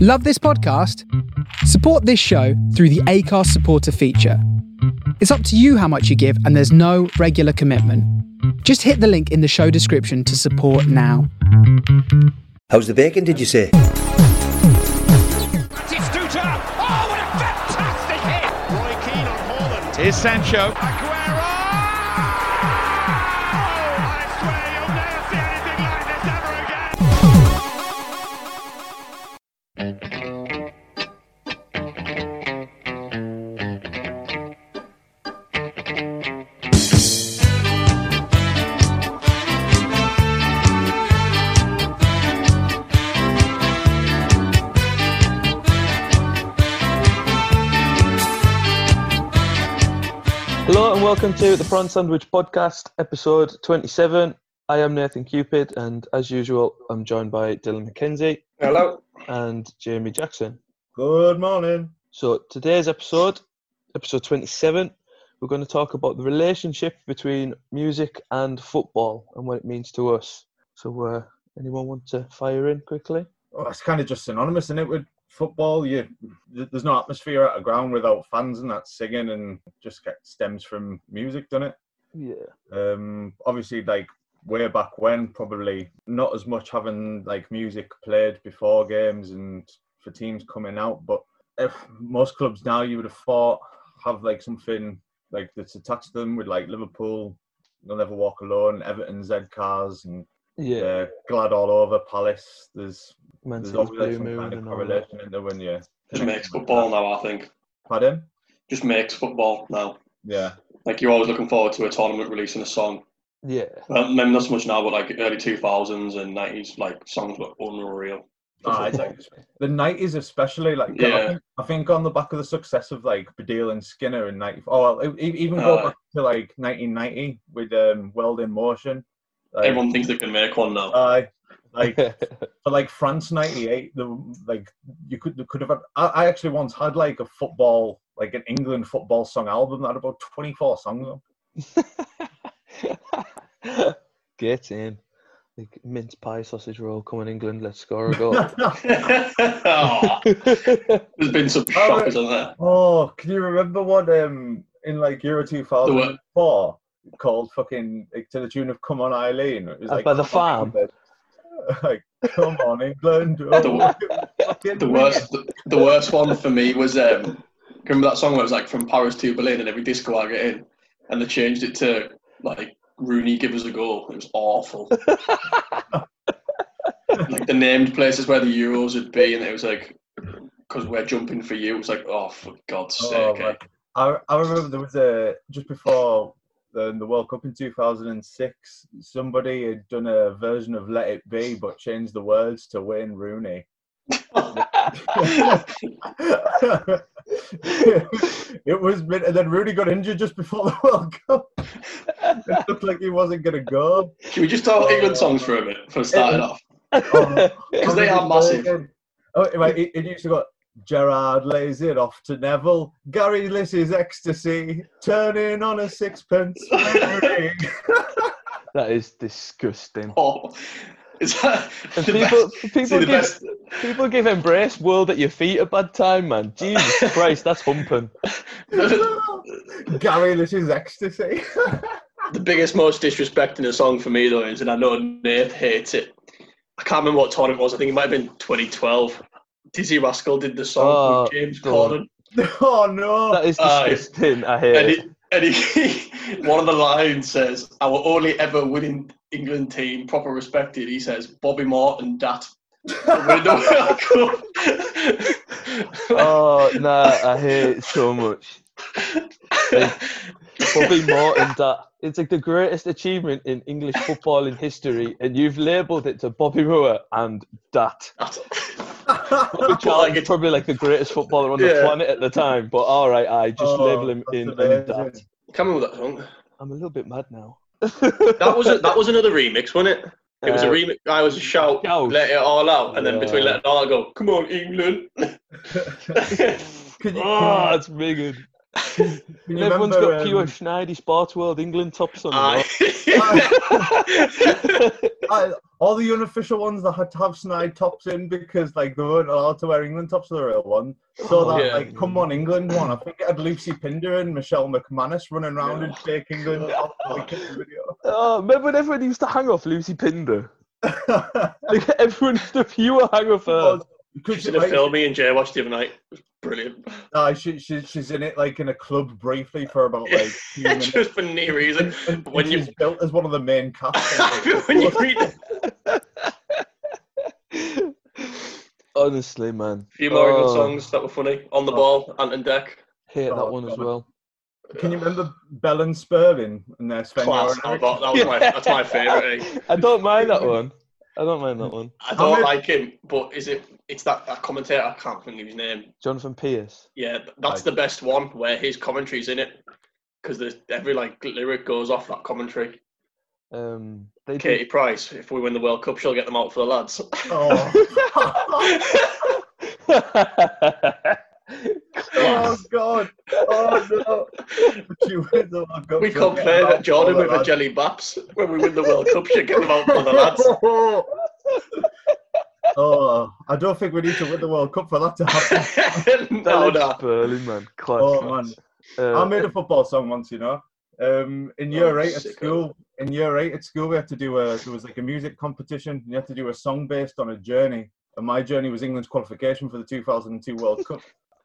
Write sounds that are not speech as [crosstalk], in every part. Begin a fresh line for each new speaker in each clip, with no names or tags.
Love this podcast? Support this show through the ACARS supporter feature. It's up to you how much you give, and there's no regular commitment. Just hit the link in the show description to support now.
How's the bacon, did you say?
It's Duta. Oh, what a fantastic hit! Roy Keane on Holland.
Here's Sancho.
Aguero! Oh, I swear you'll never see anything like this ever again.
Hello and welcome to the Prawn Sandwich Podcast, episode 27. I am Nathan Cupid, and as usual, I'm joined by Dylan McKenzie
Hello.
and Jamie Jackson.
Good morning.
So, today's episode, episode 27, we're going to talk about the relationship between music and football and what it means to us. So, uh, anyone want to fire in quickly?
Well, that's kind of Oh, just synonymous, isn't it? With football, you th- there's no atmosphere at a ground without fans, and that singing and just get, stems from music, doesn't it?
Yeah.
Um, obviously, like way back when, probably not as much having like music played before games and for teams coming out, but if most clubs now you would have thought have like something like that's attached to them with like Liverpool, You'll Never Walk Alone, Everton, Z Cars, and
Yeah.
uh, Glad All Over, Palace. There's
Man
There's
City's
always like
Blue
some
Moon
kind of
and all that.
correlation in there when you
Just makes football now, I think.
Pardon?
Just makes football now.
Yeah.
Like you're always looking forward to a tournament releasing a song.
Yeah.
Well, maybe not so much now, but like early two thousands and nineties, like songs were unreal.
Ah, it's like the nineties especially, like I,
Yeah.
think, I think on the back of the success of like Badil and Skinner in ninety. Oh, well, e- e- even go
Uh,
back to like nineteen ninety with um, World in Motion. Like,
Everyone thinks they can make one now.
aye.
[laughs]
like But like France '98, the like you could you could have. Had, I, I actually once had like a football, like an England football song album that had about 24 songs. on.
[laughs]
[laughs] Get in. Like mince pie sausage roll, come on England, let's score a
[laughs]
goal.
Oh.
Aw, Oh, there's been some shockers on there.
Oh, can you remember what um in like Euro 2004 called fucking like, to the tune of "Come On Eileen"? It was
Uh, by the
"Come on,
farm.
England." [laughs] like "Come on
[laughs]
England." Oh,
The- [laughs] The worst, the, worst one for me was um, remember that song where it was like from Paris to Berlin and every disco I get in, and they changed it to like Rooney give us a goal. It was awful. like the named places where the Euros would be, and it was like because we're jumping for you. It was like oh for God's
Oh,
sake.
man.
eh?
I, I remember there was a just before the, the World Cup in 2006, somebody had done a version of "Let It Be" but changed the words to Wayne Rooney.
eh?
[laughs] it was mint, and then Rooney got injured just before the World Cup. it looked like he wasn't gonna go.
[laughs] Can we just talk England songs for a minute for starting off? [laughs]
Because
they are massive.
Oh, right, it, it used to go. Gerard lays it off to Neville. Gary Liss's ecstasy. Turning on a sixpence.
[laughs]
Rooney.
that is disgusting.
[laughs] Oh, is that the
And people,
best? See,
people,
the
give,
best.
people give embrace world at your feet a bad time,
[laughs]
man. Jesus Christ, that's humping. [laughs]
Gary Liss's ecstasy. [laughs]
The biggest, most disrespecting a song for me though is, and I know Nate hates it. I can't remember what tournament it was. I think it might have been 2012. Dizzy Rascal did the song
Oh,
with James
God.
Corden,
oh no.
That is
Aye.
disgusting. I hate
and,
it.
he, and he, [laughs] one of the lines says, "Our only ever winning England team, proper respected." He says, "Bobby Moore and Dat."
[laughs]
Winning the World Cup.
[laughs]
[laughs]
Oh, nah, I hate it so much. Bobby Morton, that it's like the greatest achievement in English football in history, and you've labelled it to Bobby Moore and that.
[laughs]
Bobby Charlton's
it's-
probably like the greatest footballer on the
Yeah.
planet at the time, but all right, I just
Oh,
label him
that's
in and
amazing.
that.
Can't remember that song.
I'm a little bit mad now.
[laughs] That was a, that was another remix, wasn't it? It was a
Uh,
remix. I was a shout,
shout.
let it all out, and then between
Yeah.
let
[laughs]
it all out, I go, come on, England.
Could you,
Ah,
Oh, it's really good.
Can you
Everyone's
remember,
got
um,
pure Schneider Sports World England tops on.
[laughs] Aye.
I- all the unofficial ones that had to have snide tops in because like they weren't allowed to wear England tops, the real one. So
Oh,
that
yeah.
like come on England one, I think it had Lucy Pinder and Michelle McManus running around in
Yeah.
fake England tops for the kids video.
oh, remember when everyone used to hang off Lucy Pinder?
[laughs]
Like, [laughs] everyone used to pure hang off her.
Well, because
Uh, She's in a
like,
film me and Jay watched the other night. It was brilliant.
uh, she, she, she's in it like in a club briefly for about like
[laughs]
two minutes.
Just for no reason.
And
When you
she's built as one of the main cast.
[laughs] when you read a
Honestly, man.
few more
Oh,
good songs that were funny. On the ball, Ant and Deck.
Hate that
Oh,
one as
God.
well.
Can you remember Bell and Spurling and their Sven
Class.
Goran
I
Eriksson?
thought that was my
[laughs]
that's my favourite. eh?
I don't mind that one. I don't mind that one.
I
many-
don't like him, but is it it's that, that commentator, I can't think of his name.
Jonathan Pierce.
Yeah, th- that's
Right.
the best one where his commentary's in it. Because every like lyric goes off that commentary.
Mm-hmm. Um, they did-
Katie Price, if we win the World Cup, she'll get them out for the
[laughs]
lads. [laughs]
Oh. oh
Class.
god! Oh no! But [laughs] you win the World Cup, Oh,
we
you'll get
compare
out
Jordan
for
with
the
a
lads.
jelly baps. When we win the World Cup, she'll get them out for the
[laughs]
lads. [laughs]
oh, I don't think we need to win the World Cup for that to happen.
[laughs] no,
Alex
no.
Berlin, man. Class.
Oh man,
Uh,
I made a [laughs] football song once, you know. Um, in year
Oh,
eight at
sicko.
school, in year eight at school, we had to do a there was like a music competition. and You had to do a song based on a journey, and my journey was England's qualification for the 2002 World [laughs] Cup.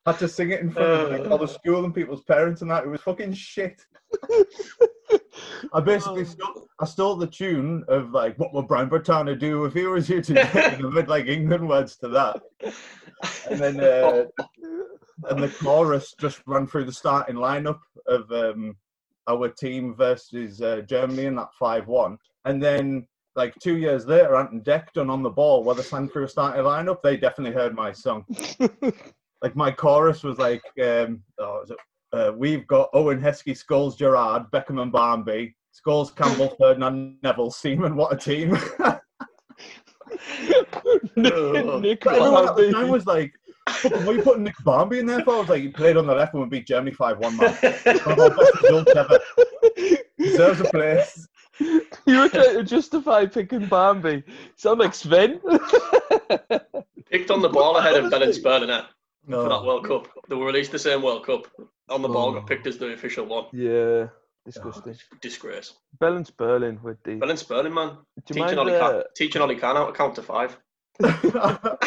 Had to sing it in front of like, all the school and people's parents and that. It was fucking shit. [laughs] I
Oh.
basically stole, I stole the tune of like what would Brian Bertana do if he was here today, and I made like England words to that, and then uh, and the chorus just ran through the starting lineup of um, our team versus uh, Germany in that five-one, and then like two years later, Ant and Deck done on the ball, where they sang through a starting lineup, they definitely heard my song. like my chorus was like, um, oh, was it uh, we've got Owen Heskey, Skulls, Gerard, Beckham, and Barnby. Skulls,
[laughs]
Campbell, Ferdinand, Neville, Seaman. What a team! but
Nick
everyone at the
Barnby.
time was like, "Fucking, "What are you putting Nick Barnby in there for?" I was like, "He played on the left and we beat Germany
[laughs]
five-one, man.
[laughs]
One of our best results ever. Deserves a
[laughs]
place."
[laughs] you were trying to justify picking Bambi. Sound like Sven? [laughs]
Picked on the ball ahead of Ben and Spurling eh, for that
No.
World
Oh.
Cup. They were released the same World Cup. On the ball, got picked as the official one.
yeah. Disgusting.
Disgrace.
Bell and Sperling with the.
Ben and Spurling, man.
Do you
teaching
mind,
Ollie,
uh,
Khan, teaching Ollie Khan how to count
[laughs]
to five [laughs]
[laughs] oh,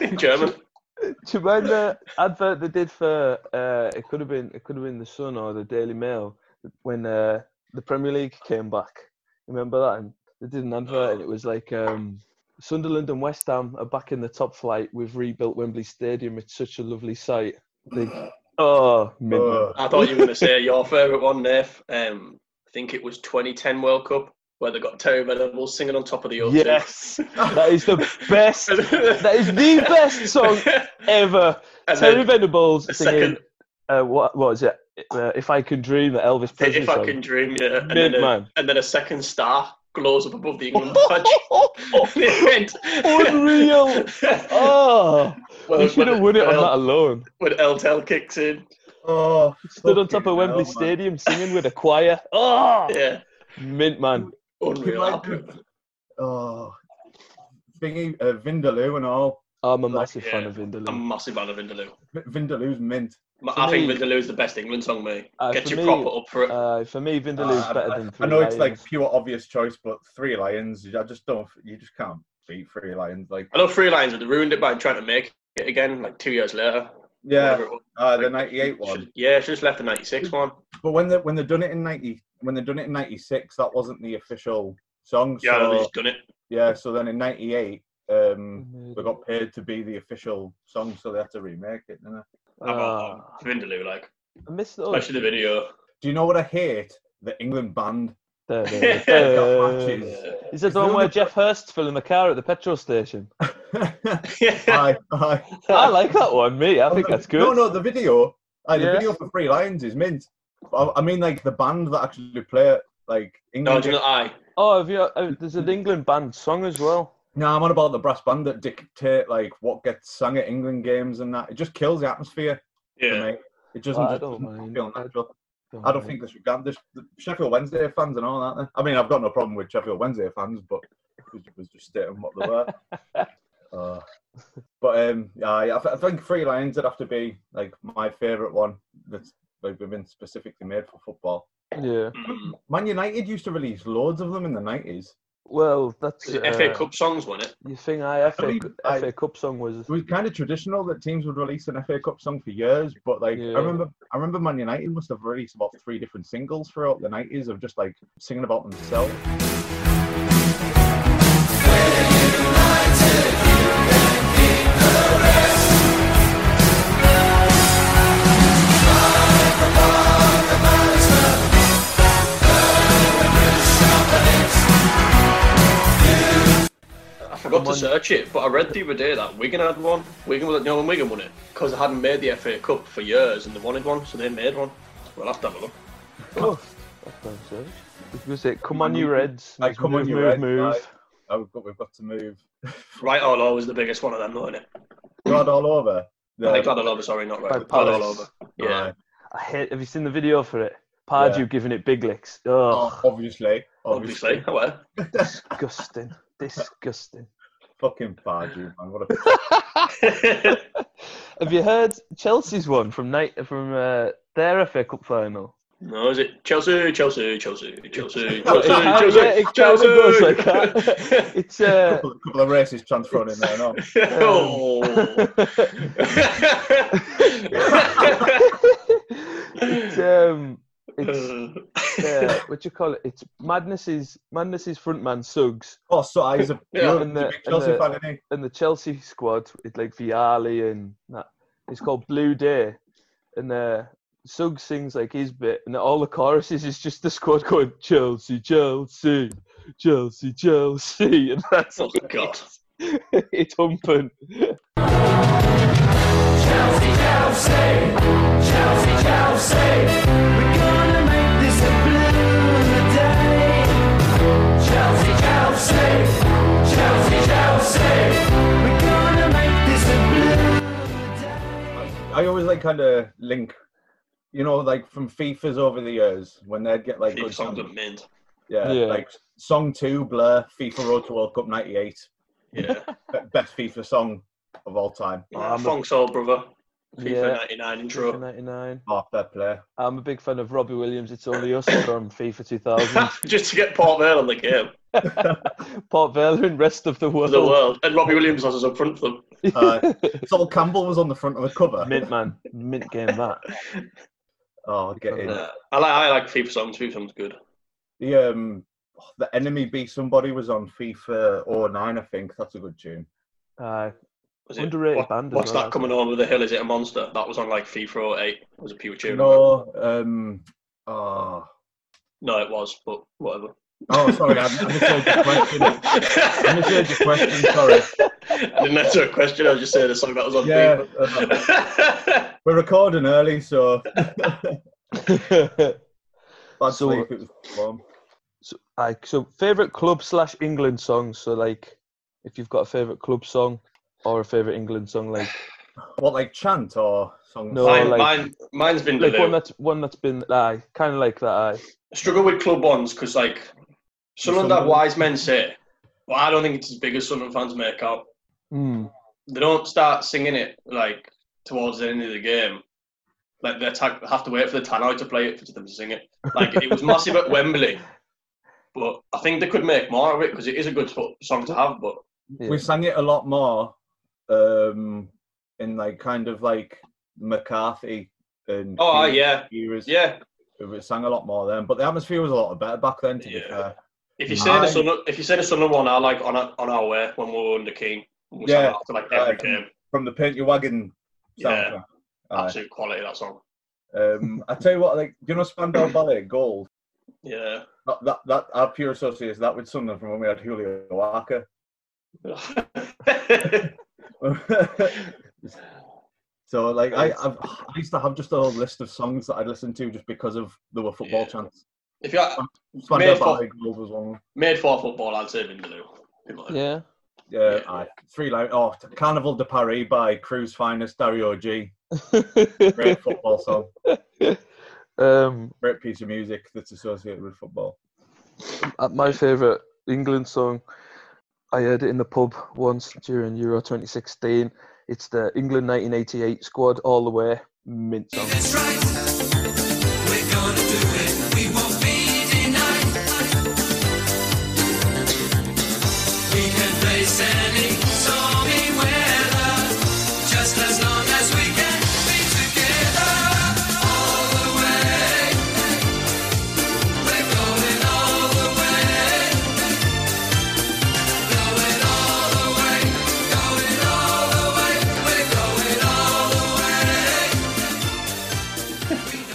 in German.
do you mind the advert they did for? Uh, it could have been it could have been the Sun or the Daily Mail when uh, the Premier League came back. Remember that? And they did an advert, and it was like um, Sunderland and West Ham are back in the top flight. We've rebuilt Wembley Stadium. It's such a lovely sight. They, oh, mint.
I thought you were
[laughs]
going to say your favourite one, Nath. Um, I think it was 2010 World Cup where they got Terry Venables singing on top of the ocean. [laughs]
yes, that is the best. That is the best song ever.
And
Terry
then
Venables
the
singing.
second,
Uh, what, what is it? Uh, if I could dream, the Elvis Presley
if
song.
I can dream, yeah. And
Mint,
then, a,
man.
and then a second star glows
[laughs]
up above the England badge. And- [laughs]
Unreal. Oh,
Well,
they should have
when
won it on
El-
that alone.
When Eltel kicks in,
oh,
Stood on top
fucking
of Wembley
hell, man.
Stadium singing with a choir. Oh,
yeah,
mint man.
unreal.
Can I do- Oh, thingy, uh, Vindaloo and all.
I'm a massive
yeah.
fan of Vindaloo.
I'm a massive fan of Vindaloo.
V- Vindaloo's mint.
I
For
think
me-
Vindaloo is the best England song, mate.
Uh,
Get
for
your
me,
proper up for it.
Uh, for me, Vindaloo's
Uh,
better
I-
than
I
Three
know it's like
Lions.
pure obvious choice, but Three Lions, I just don't. You just can't beat Three Lions. Like,
I know Three Lions, but they ruined it by trying to make it again, like two years later.
yeah,
whatever it was.
uh, the '98 one.
Should- yeah, should have left the 96 one.
But when they when they done it in ninety when they done it in ninety six, that wasn't the official song.
Yeah,
so,
they've just done it.
yeah. So then in ninety eight, um, they
Mm-hmm.
got paid to be the official song, so they had to remake it. didn't they?
I've got
Ah, Oh.
Vindaloo, like,
I missed those.
especially the video.
Do you know what I hate? The England band. [laughs]
Da, da,
They've
da.
got matches.
Is that
Is
the one
there
where
the-
Jeff Hurst filling the car at the petrol station?
[laughs] Yeah.
aye, aye.
I like that one, me. [laughs] I
On
think
the-
that's good.
No, no, the video. Aye, the
Yeah.
video for Three Lions is mint. I, I mean, like the band that actually play it, like
no,
England.
do you know, I.
Oh, have you? Oh, there's an England band song as well.
No, I'm on about the brass band that dictate like what gets sung at England games and that. It just kills the atmosphere for
Yeah.
me. It doesn't,
I
it
don't
doesn't
mind.
feel natural. I don't think this regard this the Sheffield Wednesday fans and all that. eh? I mean, I've got no problem with Sheffield Wednesday fans, but it was- it was just stating what
[laughs]
they were. Uh, but um, yeah, I, I th- I think Three Lions would have to be like my favourite one that's like they've been specifically made for football.
Yeah.
Mm.
Man United used to release loads of them in the nineties.
Well, that's
Is it
uh,
FA Cup songs, wasn't it?
Your thing, I FA,
mean,
Cu-
I-
FA Cup song was
It was kind of traditional that teams would release an FA Cup song for years, but like
Yeah.
I remember, I remember Man United must have released about three different singles throughout the nineties of just like singing about themselves.
I forgot to search it, but I read the other day that Wigan had one. Wigan, you know, when Wigan won it because they hadn't made the FA Cup for years and they wanted one, so they made one. Well, I'll have to have a look.
Oh, that sounds good. It was it. Come on, you Reds.
Like,
Let's
come
move,
on, you
move,
Reds,
move.
like- Oh, we've got, we've got to move.
Right all over is the biggest one of them, though, isn't it?
Rod all over. The-
Like Glad all over, sorry, not
By
right. Glad all
Palace.
over. Oh, Yeah.
Right.
I hate. Have you seen the video for it? Pardew
Yeah.
giving it big licks.
Oh,
Oh,
obviously, obviously,
Obviously, oh well.
disgusting. disgusting.
fucking Pardew, man. What
[laughs]
a
Have you heard Chelsea's one from night from uh, their FA Cup final?
no, is it Chelsea, Chelsea, Chelsea,
[laughs]
Chelsea, Chelsea,
Yeah,
Chelsea,
it kind of goes like
Chelsea? [laughs]
It's
[laughs]
uh, [laughs]
couple, couple of racist chants thrown in there. No,
Oh.
it's um, it's
Oh. [laughs]
uh, what you call it? It's Madness's Madness's frontman Suggs
oh, so he's a,
[laughs] Yeah,
you're
and
a
the-
big Chelsea
and the-
fan, isn't he?
and the Chelsea squad, it's like Viali and that. It's called Blue Day, and uh, Suggs sings like his bit, and all the choruses is just the squad going Chelsea, Chelsea, Chelsea, Chelsea, [laughs] and that's
Oh, God.
it's humping.
I always like kind of link, you know, like from FIFA's over the years when they'd get like
Keep
good
songs
songs.
at mint.
Yeah,
Yeah.
like song two, Blur, FIFA Road to World Cup '98,
Yeah.
Oh,
best FIFA song of all time.
Oh, Fong Soul, brother. FIFA
Yeah.
99 [laughs]
FIFA
intro.
99.
Half that player.
I'm a big fan of Robbie Williams. It's only us from FIFA
[laughs]
2000.
Just to get Port Vale on the game
Port Vale and rest of the
for
world.
the world. And Robbie Williams has us up front for them.
Uh, Sol Campbell was on the front of the cover.
[laughs] Mint man, mint game that.
[laughs] Oh, get
[laughs]
in.
Yeah. Uh, I, like, I like FIFA songs. FIFA songs good.
The um, the enemy be somebody was on FIFA 09, I think. That's a good tune.
[laughs]
Uh,
Was it-
Underrated
what-
band as
What's
well,
that
I
coming on with the hill? Is it a monster? That was on like FIFA 08. It was a pure tune.
No, um, oh,
No, it was, but whatever.
oh, sorry, I, I misheard
[laughs]
your question. I misheard your question. Sorry.
I didn't answer a question. I was just saying a song that was on
Yeah,
FIFA.
uh, we're recording early, so that's
So-
so, it was fun.
like so favorite club slash England songs. So like, if you've got a favorite club song or a favorite England song, like
What, like chant or song?
No,
[laughs] mine,
like-
mine, mine's been
like one
like
that's one that's been aye, kind of like that. Aye.
struggle with club ones because like Sunderland have
Sunderland.
wise men say, well, I don't think it's as big as Sunderland fans make out.
Mm.
They don't start singing it like towards the end of the game. Like they ta- have to wait for the tannoy to play it for them to sing it. Like it was massive at Wembley, but I think they could make more of it because it is a good so- song to have. But
Yeah.
we sang it a lot more um, in like kind of like McCarthy and
oh aye,
Keane
yeah,
eras.
yeah.
we sang a lot more then, but the atmosphere was a lot better back then. To be
Yeah.
fair,
If you say the
Mine-
sun, if you say the Sunderland one, I like on our, on our way when we were under King. We
Yeah.
yeah, after like every
Right.
game.
from the Paint Your Wagon
Yeah.
soundtrack. Aye.
Absolute quality that song.
Um, I tell you what, like do you know Spandau Ballet Gold?
Yeah. [laughs]
That, that that our pure association that with Sunderland from when we had Julio Walker. [laughs] so like I I've, I used to have just a whole list of songs that I listened to just because of there were football
Yeah.
chants.
if you had,
Spandau
Made for-
Ballet Gold was one.
made for football, I'd say Vindaloo. [laughs]
Yeah.
Yeah,
Yeah.
aye. three line. Oh, Carnival de Paris by Cruise Finest Dario G.
[laughs]
Great football song.
um,
Great piece of music that's associated with football.
uh, my favourite England song. I heard it in the pub once during Euro 2016. It's the England 1988 squad all the way. Mint song.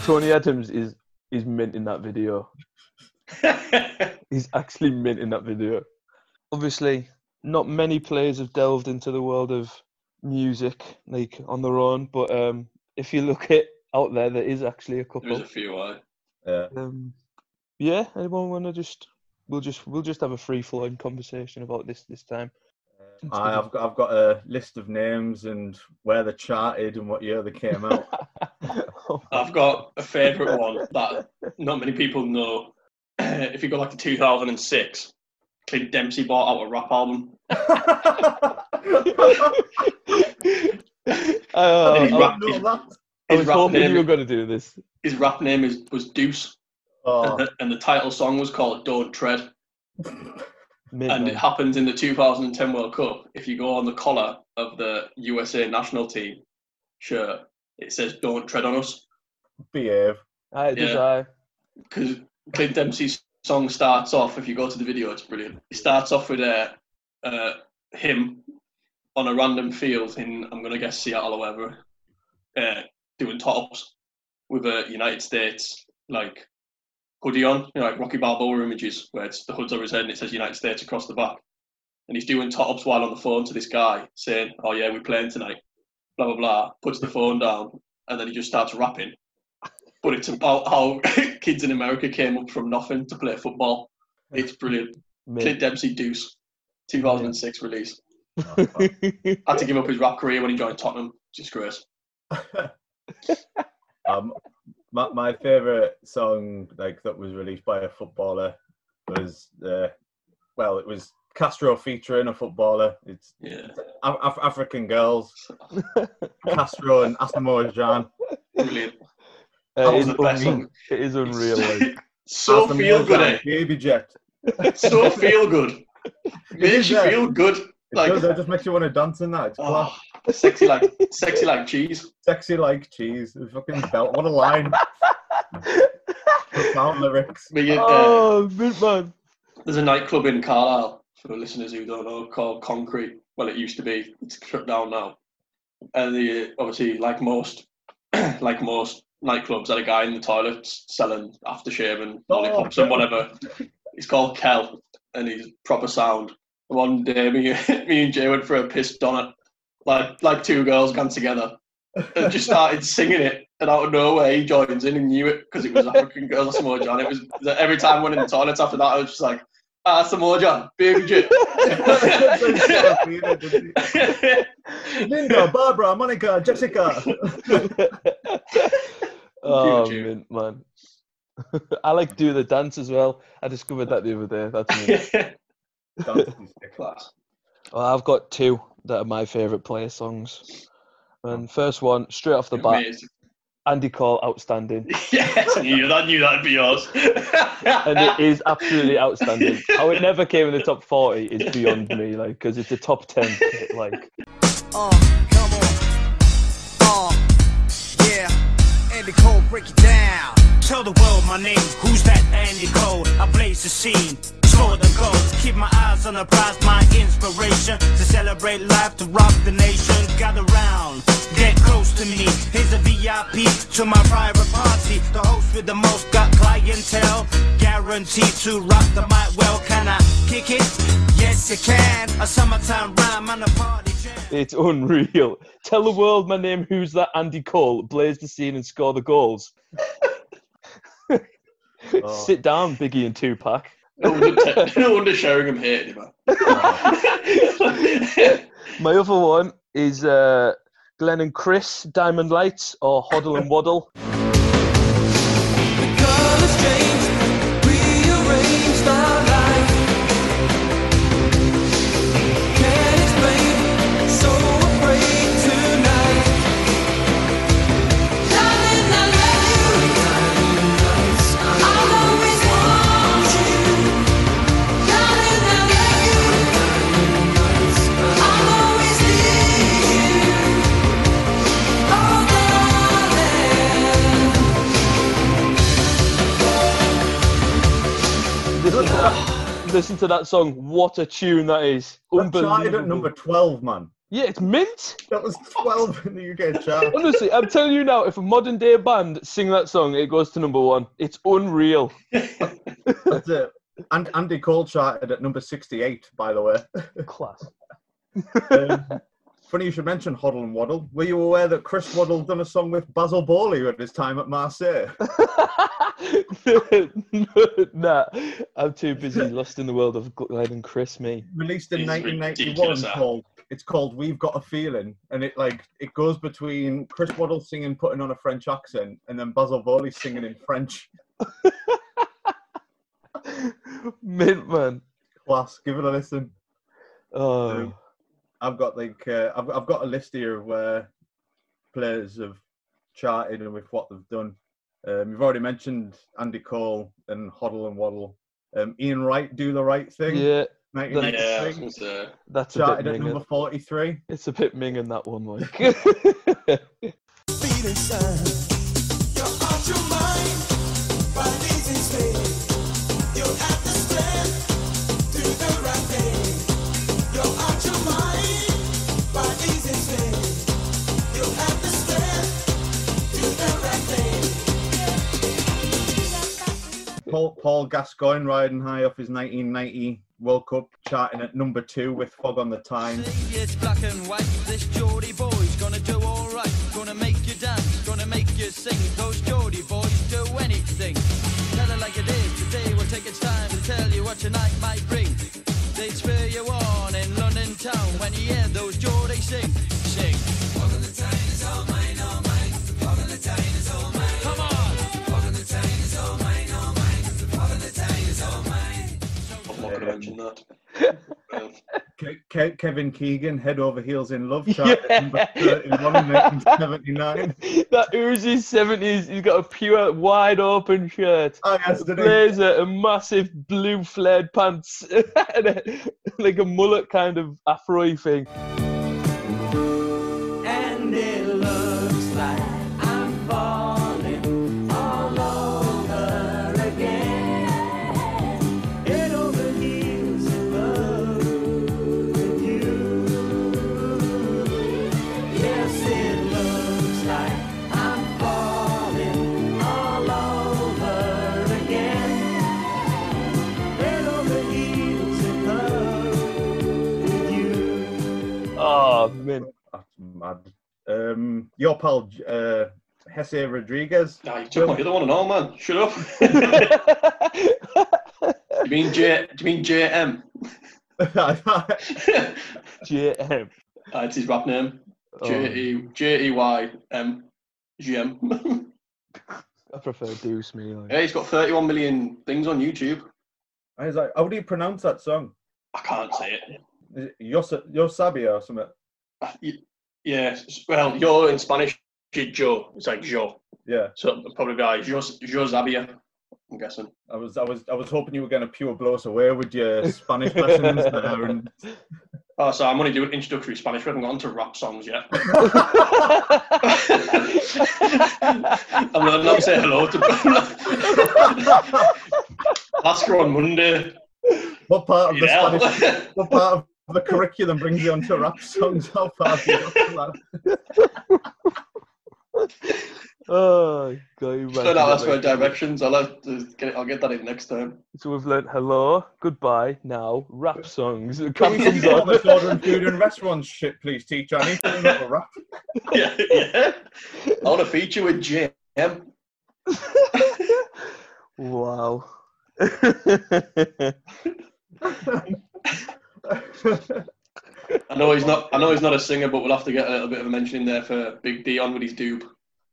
Tony Adams is is mint in that video. He's actually mint in that video. Obviously, not many players have delved into the world of music like on their own, but um, if you look it out there, there is actually a
There's
couple.
a few. Uh,
Yeah.
Um, yeah, anyone want to just? We'll just we'll just have a free flowing conversation about this this
[laughs]
time.
I, I've got I've got a list of names and where they charted and what year they came out. [laughs]
[laughs] Oh,
I've got a favourite one that not many people know. [clears throat] if you go back to 2006, Clint Dempsey bought out a rap album.
Uh,
Did he
I,
rap-
I
His
was
rap,
hoping you were
name,
going to do this.
his rap name is, was Deuce,
Oh,
and, the, and the title song was called Don't Tread.
Mint,
and it
man.
happens in the 2010 World Cup. If you go on the collar of the USA national team shirt, it says "Don't tread on us"
behave. [laughs]
Aye, does
yeah.
I.
because Clint Dempsey's song starts off. If you go to the video, it's brilliant. It starts off with uh, uh, him on a random field in I'm gonna guess Seattle or whatever, uh, doing tops with a United States like hoodie on, you know, like Rocky Balboa images where it's the hood's over his head and it says United States across the back. And he's doing tops while on the phone to this guy saying, "Oh yeah, we're playing tonight," blah blah blah. Puts the phone down and then he just starts rapping but it's about how [laughs] kids in America came up from nothing to play football. It's brilliant.
[laughs]
Clint
Mint.
Dempsey Deuce, 2006 release.
Oh,
Uh,
fuck.
Had to give up his rap career when he joined Tottenham. Disgrace.
um, my my favorite song like that was released by a footballer was uh, well, it was Castro featuring a footballer. It's
Yeah.
Af- Af- African girls, Castro and Asamoah [laughs]
Brilliant.
Uh,
That was
it's
the best
unreal.
song.
It is unreal.
[laughs]
like.
so feel good, eh?
Baby jet. [laughs]
So feel good. Makes
is,
you
yeah.
feel good.
It
[laughs] Like,
does. It just makes you want to dance in that. It's class.
oh, sexy like sexy like cheese.
Sexy like cheese. The Fucking belt. What a line.
[laughs]
Sound lyrics.
We get, uh,
oh, mint man.
There's a nightclub in Carlisle for listeners who don't know called Concrete. Well, it used to be. It's shut down now. And the, obviously, like most, [clears throat] like most nightclubs, had a guy in the toilets selling aftershave and lollipops and whatever. He's called Kel, and he's proper sound. One day, me, [laughs] me and Jay went for a piss down it, like like two girls gone together, and just started singing it. And out of nowhere, he joins in and knew it because it was African girls. That's more John. It was every time I went in the toilets after that, I was just like, ah, Samoa John, baby [laughs] Jay.
Linda, Barbara, Monica,
[laughs]
Jessica.
oh,
Huge.
mint man. [laughs] I like do the dance as well. I discovered that the other day. That's
[laughs]
me.
Class.
well, I've got two that are my favourite player songs. And first one, straight off the bat,
Amazing.
Andy Cole, outstanding.
Yes, I knew, I knew that'd be yours.
And it is absolutely outstanding. How it never came in the top 40 is beyond me, like, because it's a top 10 hit, like.
Uh,
Oh,
come on. Uh, yeah. Andy Cole, break it down.
Tell the world my name, who's that Andy Cole? I blaze the scene, score the goals. Keep my eyes on the prize, my inspiration. To celebrate life, to rock the nation. Gather round, get close to me. Here's a VIP to my private party. The host with the most got clientele. Guaranteed to rock the mic well. Can I kick it?
Yes, you can.
A summertime rhyme on a party jam.
It's unreal. [laughs] Tell the world my name, who's that Andy Cole? Blaze the scene and score the [laughs] goals. Sit down, Biggie and Tupac.
no, wonder, no wonder Sheringham [laughs] hated him. man.
My other one is uh, Glenn and Chris, Diamond Lights, or Hoddle and Waddle.
Oh,
Listen to that, listen to that song. What a tune that is.
That charted at number 12, man.
Yeah, it's mint.
That was 12 in the UK
[laughs]
chart.
Honestly, I'm telling you now, if a modern day band sing that song, it goes to number one. It's unreal.
That's it. And Andy Cole charted at number 68, by the way.
Class.
Um, funny you should mention Hoddle and Waddle. Were you aware that Chris Waddle done a song with Basil Bawley at his time at Marseille?
[laughs] nah, I'm too busy lost in the world of Glenn and Chris, me.
Released in
It's
1991,
ridiculous, that.
called it's called "We've Got a Feeling," and it like it goes between Chris Waddle singing, putting on a French accent, and then Basil Bawley singing in French.
Mint, man.
Class, give it a listen.
Oh,
I've got like uh, I've I've got a list here of where players have charted and with what they've done. Um, you've already mentioned Andy Cole and Hoddle and Waddle. Um, Ian Wright, do the right thing.
yeah,
1993,
Yeah, I was gonna say,
that's a bit
Charted at number
minging.
forty-three.
It's a bit minging, that one,
[laughs]
Mike.
Paul, Paul Gascoigne riding high off his 1990 World Cup, charting at number two with Fog on the Time.
It's black and white. This Geordie boy's gonna do alright. Gonna make you dance, gonna make you sing. Those Geordie boys do anything. Tell it like it is. Today will take its time to tell you what your night might bring. They spur you on in London town when you hear those Geordie sing. Sing. Come on!
I'm not gonna mention that. Um,
Ke- Ke- Kevin Keegan, Head Over Heels in Love,
Yeah.
charted at number 31 in 1979.
[laughs] that Uzi's 70s, he's got a pure, wide open shirt.
Oh, yes,
a
did he?
blazer and massive blue flared pants [laughs] and a, like a mullet kind of afro thing.
And it looks like I'm falling all over again. Head over heels in love with you. Yes, it looks like I'm falling all over again. Head over heels in love with you.
Oh, [laughs] man.
That's mad. Um, your pal, uh, Jesse Rodriguez. [laughs]
nah, you took my other one and all, man. Shut [laughs] up. do you mean J? Do you mean [laughs] JM?
JM.
Uh, it's his rap name.
Oh,
J E J E Y M G M. [laughs]
I prefer Deuce, me. Like.
Yeah, he's got 31 million things on YouTube.
I was like, how do you pronounce that song?
I can't say it.
Is it Yos- Yosabi or something?
Uh, y- Yeah, s- well, yo in Spanish, j- yo. It's like yo.
Yeah,
So it'll probably be like yo, yo Zabia, I'm guessing.
I was, I was, I was hoping you were going to pure blow us away with your Spanish lessons there. And
Oh, so I'm only doing introductory Spanish. We haven't got onto rap songs yet. [laughs] I'm not, I'm not saying hello to. [laughs] Ask her on Monday.
what part of the
You know.
Spanish What part of the curriculum brings you onto rap songs? How far do you go for that?
Oh, God, you
so
imagine
now
it,
[laughs] that's
like-
my directions. I'll have to get. It, I'll get that in next time. [laughs]
So we've learnt hello, goodbye, now, rap songs.
Can we
Captain's
stop
on.
this ordering food and restaurant shit, please, teacher? I need to know rap.
yeah, yeah. I want to feature with JM.
Wow.
I know he's not. I know he's not a singer, but we'll have to get a little bit of a mention in there for Big Dion with his doob,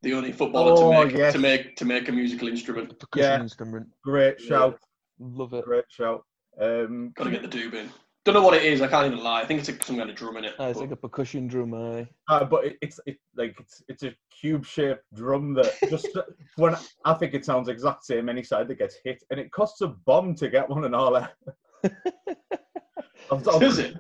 the only footballer
Oh,
to make
yes.
to make to make a musical instrument.
Percussion
Yeah.
instrument.
[laughs] Great shout.
Love it.
Great shout. Um,
Got to get the doob in. Don't know what it is. I can't even lie. I think it's like some kind of drum in it.
Ah, it's like a percussion drum. eh? Aye.
Uh, but it, it's it, like it's it's a cube shaped drum that
[laughs]
just when I think it sounds exact same any side that gets hit, and it costs a bomb to get one and
[laughs]
all that. I'm
But-
sort of-
Is it?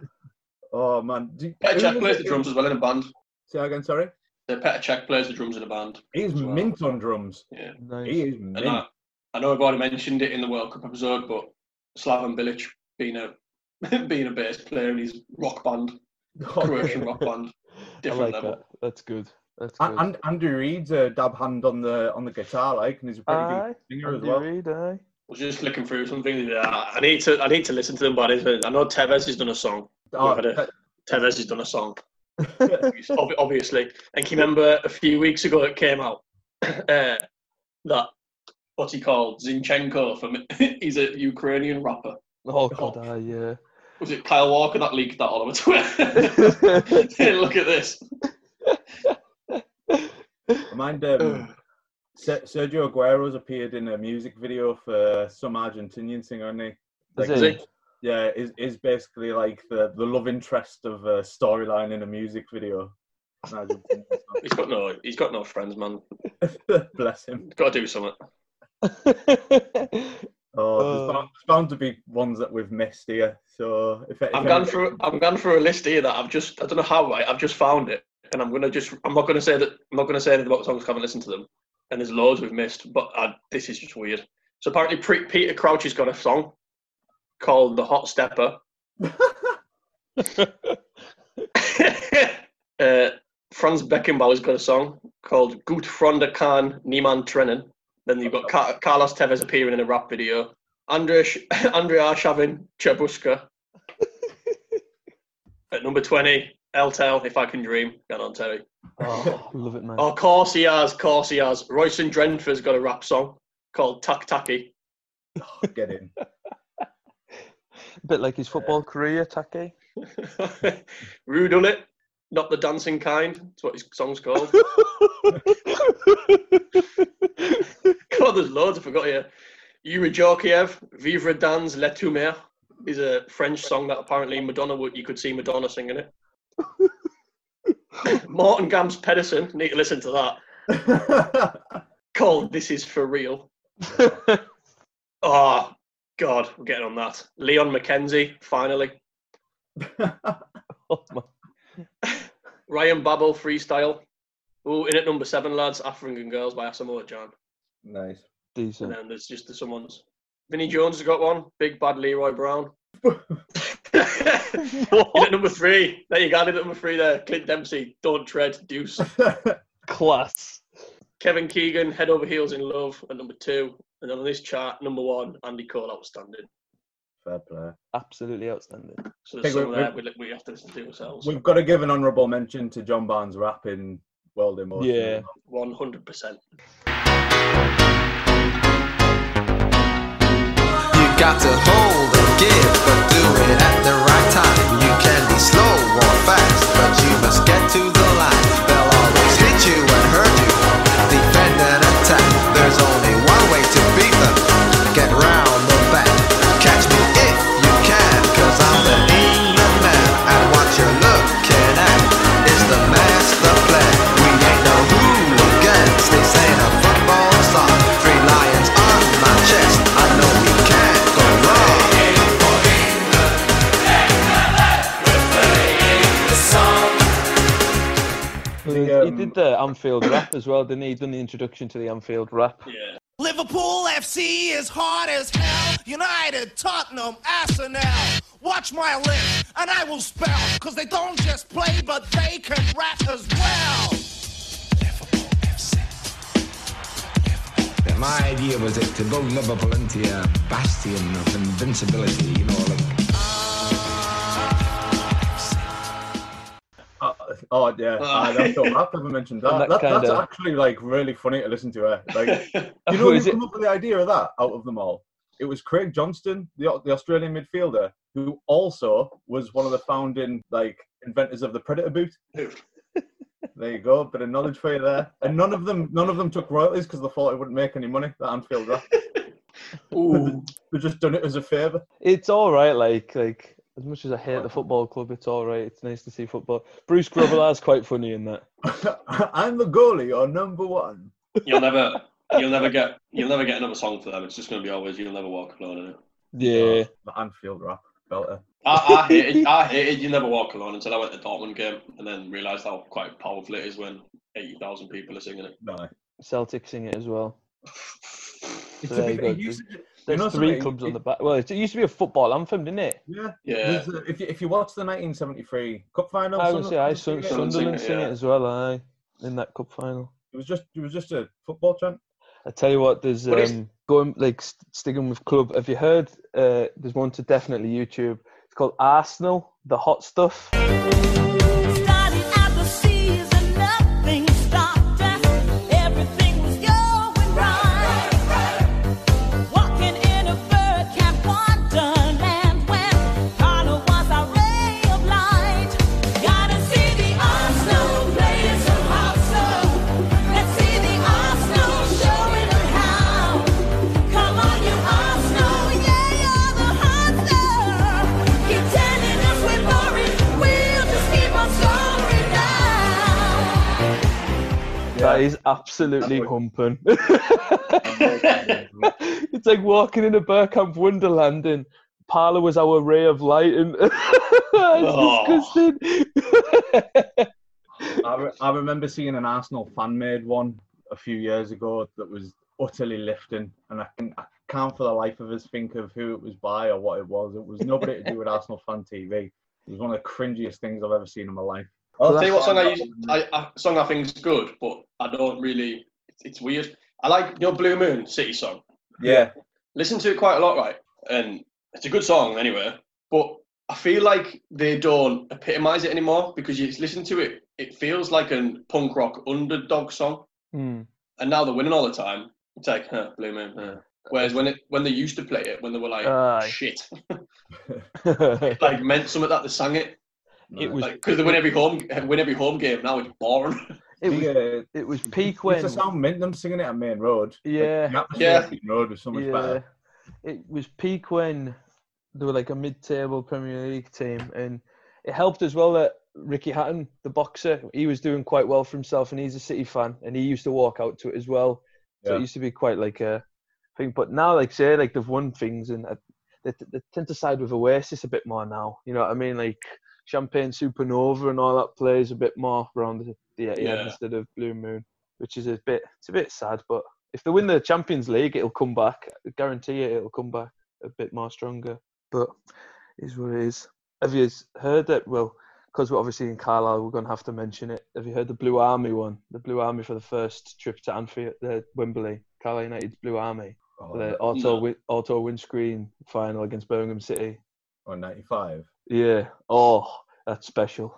Oh man, Do,
Petr
who
Cech
was
plays
it
the
who-
drums as well in a band.
Say again, sorry.
The Petr Cech plays the drums in a band.
He's
as well.
mint on drums.
Yeah.
Nice.
He is
And I,
mint.
I know I've already mentioned it in the World Cup episode, but Slaven Bilic being a [laughs] being a bass player in his rock band,
Oh,
Croatian rock band, different
I like
level.
that. That's good. That's good.
And, and Andrew Reid's a dab hand on the on the guitar, like, and he's a pretty
Aye,
good singer as
Andy
well.
Uh, Reid, aye.
I was just looking through something. That, ah, I need to I need to listen to them, but I, didn't- I know Tevez has done a song.
Oh,
We've had a-
Te-
Tevez has done a song, Obvi- obviously. And can you remember a few weeks ago it came out [clears throat] uh, that what's he called Zinchenko from [laughs] he's a Ukrainian rapper.
Oh god, aye, yeah.
[laughs] Was it Kyle Walker that leaked that all over Twitter? [laughs] Look at this.
mind um, Se- Sergio Aguero's appeared in a music video for some Argentinian singer, hasn't he? Like,
Is it?
Yeah, is is basically like the, the love interest of a storyline in a music video. An Argentinian
He's got no he's got no friends, man.
song. [laughs] Bless him.
Got to do something.
Oh, there's,
Oh.
bound, there's bound to be ones that we've missed here. So if, if
I've gone
anybody-
through. I've gone through a list here that I've just. I don't know how. Right, I've just found it, and I'm gonna just. I'm not gonna say that. I'm not gonna say anything about songs. 'cause I haven't listened to them, and there's loads we've missed. But I, this is just weird. So apparently, Pre- Peter Crouch has got a song called "The Hot Stepper." [laughs] uh, Franz Beckenbauer's got a song called "Gut Fronder Kahn Niemann Trennen." Then you've got Car- Carlos Tevez appearing in a rap video. Andrea Sh- [laughs] Andrea Shavin Chebuska. At number 20, Eltel, If I Can Dream, Gun on Terry.
Oh, love it, man.
Oh, of course he has, of course he has. Royce and Drenfer's got a rap song called Tak Taki. [laughs]
get in.
A bit like his football career, Taki.
Rude on it, not the dancing kind. That's what his song's called. God, Oh, there's loads I forgot here. Yuri Jorkiev, Vivre dans le tumeur is a French song that apparently Madonna would you could see Madonna singing it. Martin Gams Pedersen, need to listen to that. Called This Is For Real. Oh God, we're getting on that. Leon McKenzie, finally.
Oh, my.
Ryan Babel freestyle. Oh, in at number seven, lads, African Girls by Asamoah John.
nice. [laughs]
And
Decent.
then there's just the someone's. Vinnie Jones has got one. Big bad Leroy Brown. [laughs] in at number three. There you go. In at number three there. Clint Dempsey. Don't tread. Deuce.
Class.
Kevin Keegan. Head over heels in love. At number two. And then on this chart, number one, Andy Cole outstanding.
Fair play.
Absolutely outstanding.
So there's
Hey,
some
we-
there we, we have to listen to ourselves.
We've got to give an honourable mention to John Barnes' rap in World Emotion.
Yeah.
One hundred percent.
You got to hold and give, but do it at the right time. You can be slow or fast, but you must get to the line. They'll always hit you and hurt you. Defend and attack. There's only one way to beat them. Get round the back. Catch me if you can, cause I'm the England man. And what you're looking at is the master plan. We ain't no hooligans. This ain't a football song. Three lions on my chest. I know we can't go wrong.
He,
um,
did the Anfield rap as well, didn't he? He done the introduction to the Anfield rap.
Yeah.
Liverpool FC is hard as hell. United, Tottenham, Arsenal. Watch my lips and I will spell. Cause they don't just play, but they can rap as well.
that my idea was that to build Liverpool into a bastion of invincibility, you know, like
Uh, oh yeah,
Ah.
I that's so rap. I've mentioned
[laughs]
that.
And that
that that's
kinda-
actually like really funny to listen to. Eh?
[laughs]
Like,
Oh,
you know,
is
who
it?
came up with the idea of that out of them all? It was Craig Johnston, the the Australian midfielder, who also was one of the founding like inventors of the Predator boot. There you go, bit of knowledge for you there. And none of them, none of them took royalties because they thought it wouldn't make any money. That Anfield rap,
Ooh,
they just done it as a favour. [laughs]
It's all right. Like like as much as I hate the football club, it's all right. It's nice to see football. Bruce Grovelar's quite funny in that.
I'm the goalie, or number one.
you'll never, you'll never get, you'll never get another song for them. It's just going to be always "You'll Never Walk Alone" in it.
Yeah.
Oh, The Anfield rap, belter.
I, I hated, I hated "You Never Walk Alone" until I went to Dortmund game and then realised how quite powerful it is when eighty thousand people are singing it.
No,
Celtic sing it as well.
it's
there
a
you
bit.
go,
It used to-
There's
know
three
something?
clubs on
It-
the back. Well, it used to be a football anthem, didn't it?
Yeah,
Yeah,
there's a- uh, if you if you watch the 1973 cup final,
I would
Sunderland-
say I
Sunderland
Sun-
game,
Sunderland
Sunderland
sing it,
sing
yeah.
it as well. I in that cup final.
it was just it was just a football chant.
I tell you what, there's
What is-
um, going like st- sticking with club. Have you heard? Uh, there's one to definitely YouTube. It's called Arsenal, the hot stuff.
Come on, you Arsenal, yeah, you're the hustler. Keep telling us we're boring, we'll just keep on scoring now.
That is absolutely humping. [laughs] it's like walking in a Burkamp wonderland and Parlour was our ray of light and [laughs] it's disgusting. [laughs]
I, re- I remember seeing an Arsenal fan made one a few years ago that was utterly lifting, and I can I can't for the life of us think of who it was by or what it was. It was nobody to do with Arsenal fan TV. It was one of the cringiest things I've ever seen in my life.
I'll tell you what song I, use, I, I song I think's good, but I don't really. It's, it's weird. I like your Blue Moon City song.
Yeah,
Listen to it quite a lot, right? And it's a good song anyway. But I feel like they don't epitomise it anymore because you listen to it, it feels like a punk rock underdog song.
Hmm.
And now they're winning all the time. It's like huh, Blue Moon. huh. Whereas when it when they used to play it, when they were like
Aye. [laughs]
shit,
it
like meant something that they sang it
was
because they win every home win every home game. Now it's boring.
it was
yeah.
it was peak
When...
when
It's a sound mint them singing it at Main Road. Like,
Yeah.
the atmosphere
Yeah.
at Main Road was so much better.
It was peak when they were like a mid table Premier League team and it helped as well that Ricky Hatton, the boxer, he was doing quite well for himself and he's a City fan and he used to walk out to it as well. So
Yeah.
it used to be quite like a thing. But now, like say, like they've won things and uh, they, they tend to side with Oasis a bit more now. You know what I mean? Like Champagne Supernova and all that plays a bit more around the, the Etihad
Yeah.
instead of Blue Moon, which is a bit it's a bit sad. But if they win the Champions League, it'll come back. I guarantee you, it'll come back a bit more stronger. But it is what it is. Have you heard that? Well, because we're obviously in Carlisle, we're going to have to mention it. Have you heard the Blue Army one? The Blue Army for the first trip to Anfield, uh, Wembley, Carlisle United's Blue Army,
Oh,
for the auto win, auto windscreen final against Birmingham City.
or [laughs] 95.
Yeah. Oh, that's special.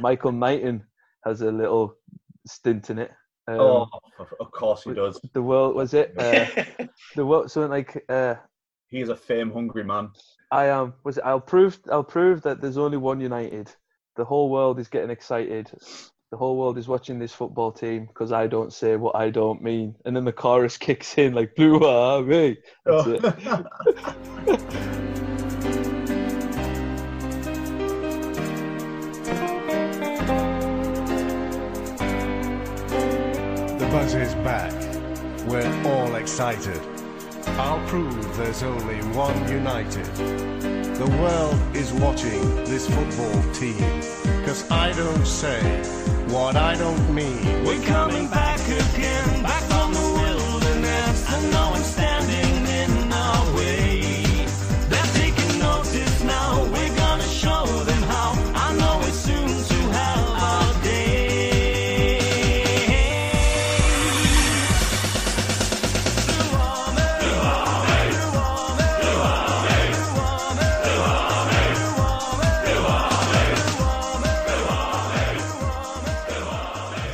Michael Knighton has a little stint in it. Um,
oh, of- of course he
with-
does.
The world was it? Uh,
[laughs]
the world something like uh,
He is a fame hungry man.
I am. Was it? I'll prove. I'll prove that there's only one United. The whole world is getting excited. The whole world is watching this football team because I don't say what I don't mean. And then the chorus [laughs] kicks in like Blue Army. That's it.
The buzz is back. We're all excited. I'll prove there's only one United. The world is watching this football team. Cause I don't say what I don't mean.
We're coming back again, back from the wilderness, and no one's standing in our way. They're taking notice now, we're gonna show them how. I know it's soon to have our day.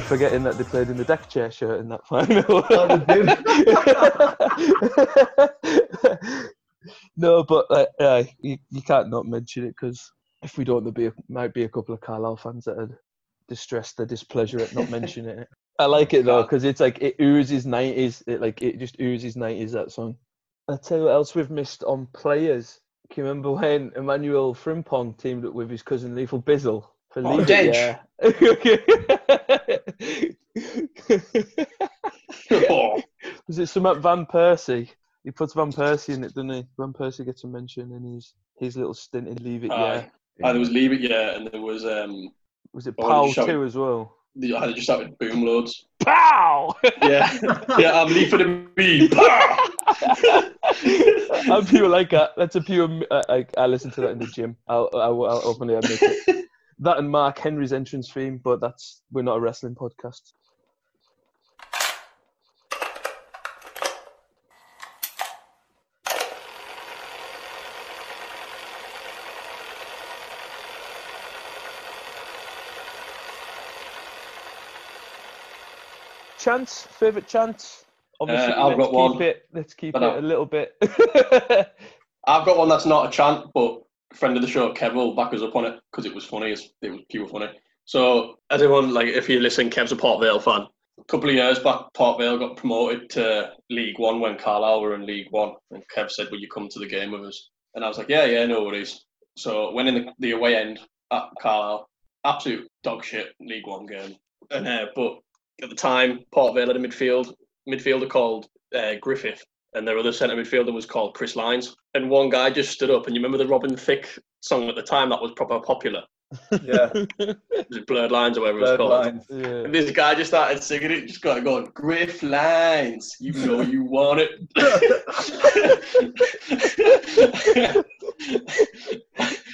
Forgetting that they played in the deck chair [laughs] [laughs] shirt in that final. No, but uh, uh, you, you can't not mention it because if we don't, there be a, might be a couple of Carlisle fans that are distressed their displeasure at [laughs] not mentioning it. I like it though because it's like it oozes nineties. It like it just oozes nineties that song. I tell you what else we've missed on players. Can you remember when Emmanuel Frimpong teamed up with his cousin Lethal Bizzle for
Oh,
Leave
Dej.
It, yeah? [laughs]
Oh,
Was it some Van Persie? He puts Van Persie in it, doesn't he? Van Persie gets a mention in his his little stint in Leave It.
aye.
Yeah.
Aye, there was Leave It Yeah, and there was um,
Was it
Oh, when
Powell
you shout-
too as well?
the, I had it just started boom loads.
Pow!
Yeah, yeah, I'm leaving the me. Pow!
I'm pure like that. That's a pure. I, I, I listen to that in the gym. I'll, I, will I'll openly admit it. That and Mark Henry's entrance theme, but that's we're not a wrestling podcast. Chance, favorite chance. Obviously,
Uh, I've
let's
got
keep
one.
it. Let's keep
I
it
know.
a little
[laughs]
bit.
I've got one that's not a chant, but a friend of the show, Kev, will back us up on it because it was funny. It's, it was pure funny. So, everyone, like, if you listen, Kev's a Port Vale fan. A couple of years back, Port Vale got promoted to League One when Carlisle were in League One. And Kev said, Will you come to the game with us? And I was like, Yeah, yeah, no worries. So, went in the, the away end at Carlisle. Absolute dog shit League One game. And, uh, but at the time, Port Vale had a midfield midfielder called uh, Griffith and their other centre midfielder was called Chris Lines. And one guy just stood up, and you remember the Robin Thicke song at the time that was proper popular?
[laughs]
Yeah,
Was it Blurred Lines or whatever it was
third
called?
line.
[laughs]
Yeah.
And this guy just started singing it, just got going, Griff Lines, you know you want it.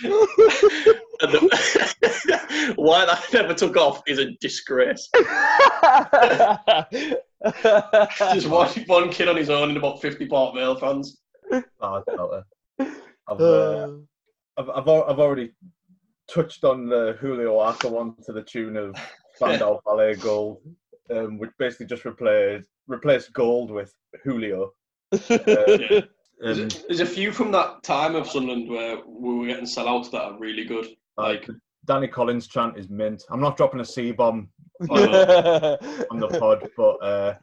And the- [laughs] why that never took off is a disgrace. Just one, one kid on his own and about 50 Port Vale fans.
Oh, I felt it. I've, uh, I've, I've, al- I've already touched on the Julio Arca one to the tune of Bandal Ballet Gold, um, which basically just replaced replaced Gold with Julio.
Yeah. There's
Um,
a, there's a few from that time of Sunderland where we were getting sell out that are really good. Like,
Danny Collins' chant is mint. I'm not dropping a C bomb
uh,
[laughs] on the pod, but uh,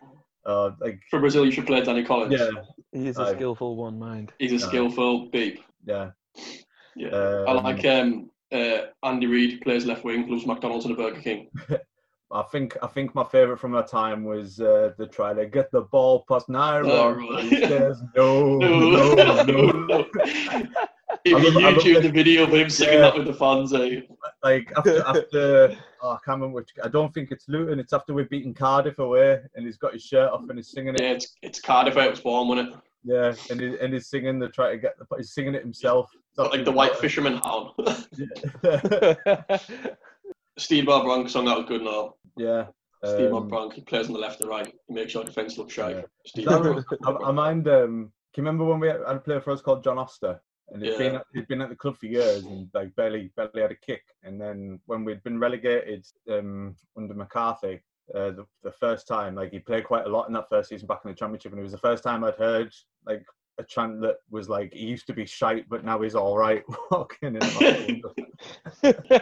uh, like
for Brazil, you should play Danny Collins.
yeah,
He's a
Aye.
skillful one,
[laughs]
mind.
He's a skillful beep.
yeah.
Yeah. I
Um,
like um, uh, Andy Reid, plays left wing, loves McDonald's and a
[laughs]
Burger King.
I think I think my favourite from that time was uh, the try to get the ball past Nairo.
Nairo.
He says, no,
Oh,
Oh,
[laughs] No,
no,
no,
no,
[laughs] no.
I
If you
love- I love
YouTube
that-
the video of him singing
Yeah.
that with the fans, eh?
Like after after oh, I can't remember which. I don't think it's Luton. It's after we've beaten Cardiff away, and he's got his shirt off and he's singing
yeah,
it.
it's, it's Cardiff out, it's warm, wasn't it?
Yeah, and he, and he's singing the try to get. The, he's singing it himself.
Got, like the White Fisherman Hound. [laughs]
That's
Steve Barbrank song that was good and all.
[laughs] yeah.
Steve
um,
Barbrank, he plays on the left and right. He makes your defence look shy.
Yeah.
Steve
That
[laughs] Barbrank.
I, I mind. Um, can you remember when we had had a player for us called John Oster, and he'd been
Yeah.
at, he'd been at the club for years and like barely barely had a kick. And then when we'd been relegated um, under McCarthy uh, the, the first time, like he played quite a lot in that first season back in the championship, and it was the first time I'd heard like a chant that was like he used to be shite, but now he's all right. [laughs] Walking
[laughs]
in,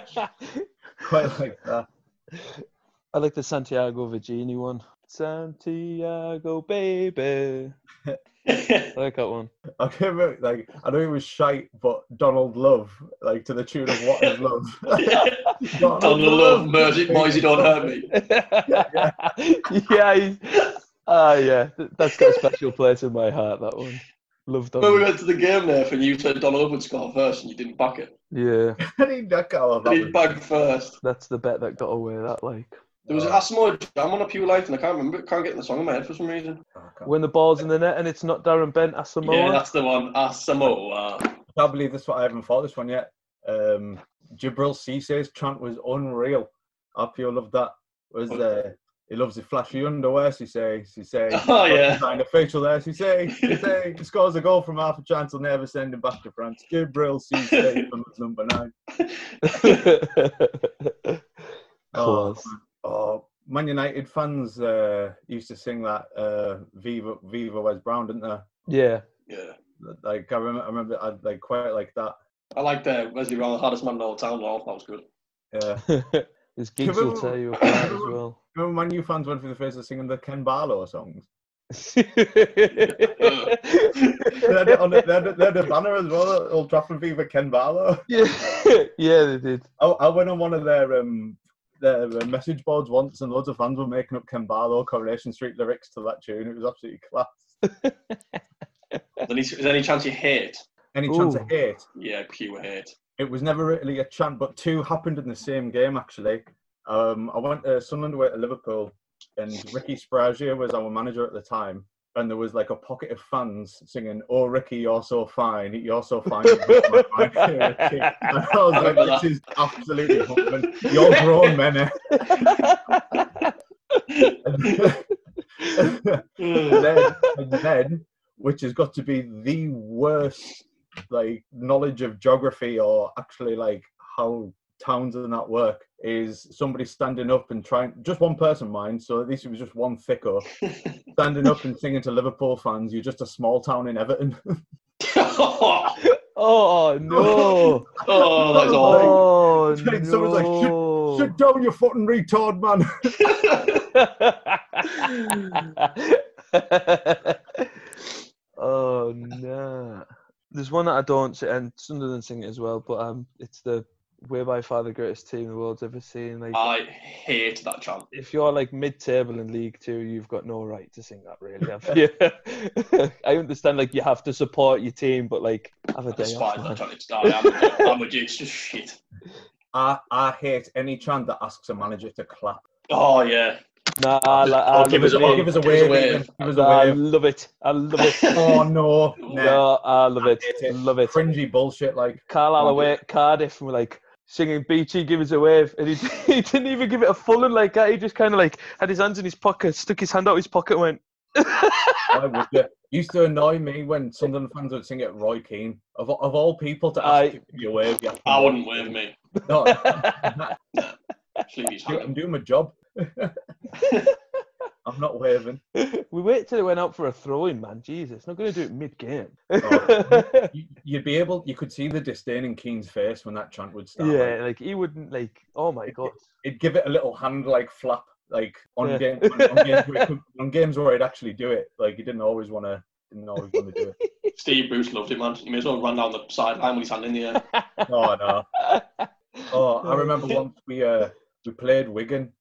quite like that.
I like the Santiago Virginie one. Santiago, baby.
[laughs]
I like that one.
I can't remember, like I know he was shite, but Donald Love, like to the tune of What Is Love. [laughs]
[laughs] Don't love, Mersey, Moisey, don't hurt me.
yeah, he's- ah, yeah. th- That's got a special place in my heart. That one. Loved that.
When we
One.
went to the game there, and you said Donald would score first, and you didn't back it.
Yeah,
I need that guy. Oh, that
And he
was-
bagged first.
that's the bet that got away. That like
There was an Asmo Jam on a Pew Light, and I can't remember. it. Can't get the song in my head for some reason.
Oh, God.
when the ball's in the net and it's not Darren Bent
Yeah,
Asamoah.
that's the one. Asamoah.
I can't believe this one. I haven't thought this one yet. Um, Jibril Cissé's chant was unreal. I feel loved that. Was uh, he loves the flashy underwear? She says. She says.
[laughs] Oh, yeah.
Find a facial there. She says.
[laughs]
She says. Scores a goal from half a chance. He'll never send him back to France. Jibril
[laughs]
Cissé from number nine. [laughs]
Class.
Oh, Man United fans uh, used to sing that uh, "Viva Viva Wes Brown," didn't they?
Yeah.
Yeah.
Like I remember, I remember I like quite like that.
I liked uh, Wesley Ronald, hardest man in all town. Law. That was good.
Yeah.
His gigs will tear you apart as well.
Remember when you fans went for the first time singing the Ken Barlow songs? [laughs] they, had it on the, they, had it- they had a banner as well, Old Trafford Fever Ken Barlow.
yeah, yeah, [laughs] they did.
[laughs] I, I went on one of their um their uh, message boards once, and loads of fans were making up Ken Barlow Coronation Street lyrics to that tune. It was absolutely class.
Is there any- is there any chance you hate?
Any chance
Ooh.
of hate?
Yeah, pure hate.
it was never really a chance, but two happened in the same game actually. Um, I went to Sunderland away to Liverpool, and Ricky Sprazier was our manager at the time. And there was like a pocket of fans singing, "Oh Ricky, you're so fine, you're so fine." you're so fine." and I was like, "This is absolutely humbling. You're grown men." eh?" and
[laughs]
then, and then, which has got to be the worst like knowledge of geography or actually like how towns and that work is somebody standing up and trying just one person mind so at least it was just
[laughs]
one thicker standing up and singing to liverpool fans you're just a small town in everton [laughs]
oh,
Oh no!
that's awful.
oh
It's
no!
like someone's like, sit down you fucking retard man
[laughs] oh no! There's one that I don't, see, and Sunderland sing it as well, but um, it's the we're by far the greatest team the world's ever seen. Like,
[laughs] I hate that chant.
if you're like mid-table in League Two, you've got no right to sing that, really. Have you? [laughs] I understand, like you have to support your team, but like have a
I
day
despise
off.
that
man.
chant. It's, I, am, I'm with you. It's just shit.
I, I hate any chant that asks a manager to clap
Oh yeah.
Nah, I, li- I
Or
love
give
it.
us a-
or give us a
Give us a
wave,
wave.
even. give us a
I
wave
love it. I love
[laughs]
it. [laughs]
oh no nah.
No, I love it.
hate it.
Love it.
cringy bullshit like
Carlisle
Love
away at Cardiff and we're like singing Beachy, give us a wave. And he, [laughs] he didn't even give it a full one like that. He just kind of like had his hands in his pocket, stuck his hand out his pocket, and went, [laughs]
I would do. Used to annoy me when Sunderland fans would sing it Roy Keane. Of, of all people to
Aye.
ask to give you a wave, you have to
I
know.
wouldn't
[laughs]
wave me.
No,
Just leave his
I'm
hand.
doing my job. [laughs] I'm
[laughs]
not waving.
We wait till it went out for a throw in, man. Jesus, not going to do it mid game. [laughs]
Oh. You, you'd be able, you could see the disdain in Keane's face when that chant would start.
yeah, like he wouldn't, like, oh my God.
it'd give it a little hand like flap, like on,
Yeah.
game, on, games where it could, on games where it'd actually do it. Like he didn't always want to. Didn't always want to do it.
Steve Bruce loved it, man. He may as well run down the sideline with his hand in the air.
Oh no. Oh, I remember once we uh, we played Wigan,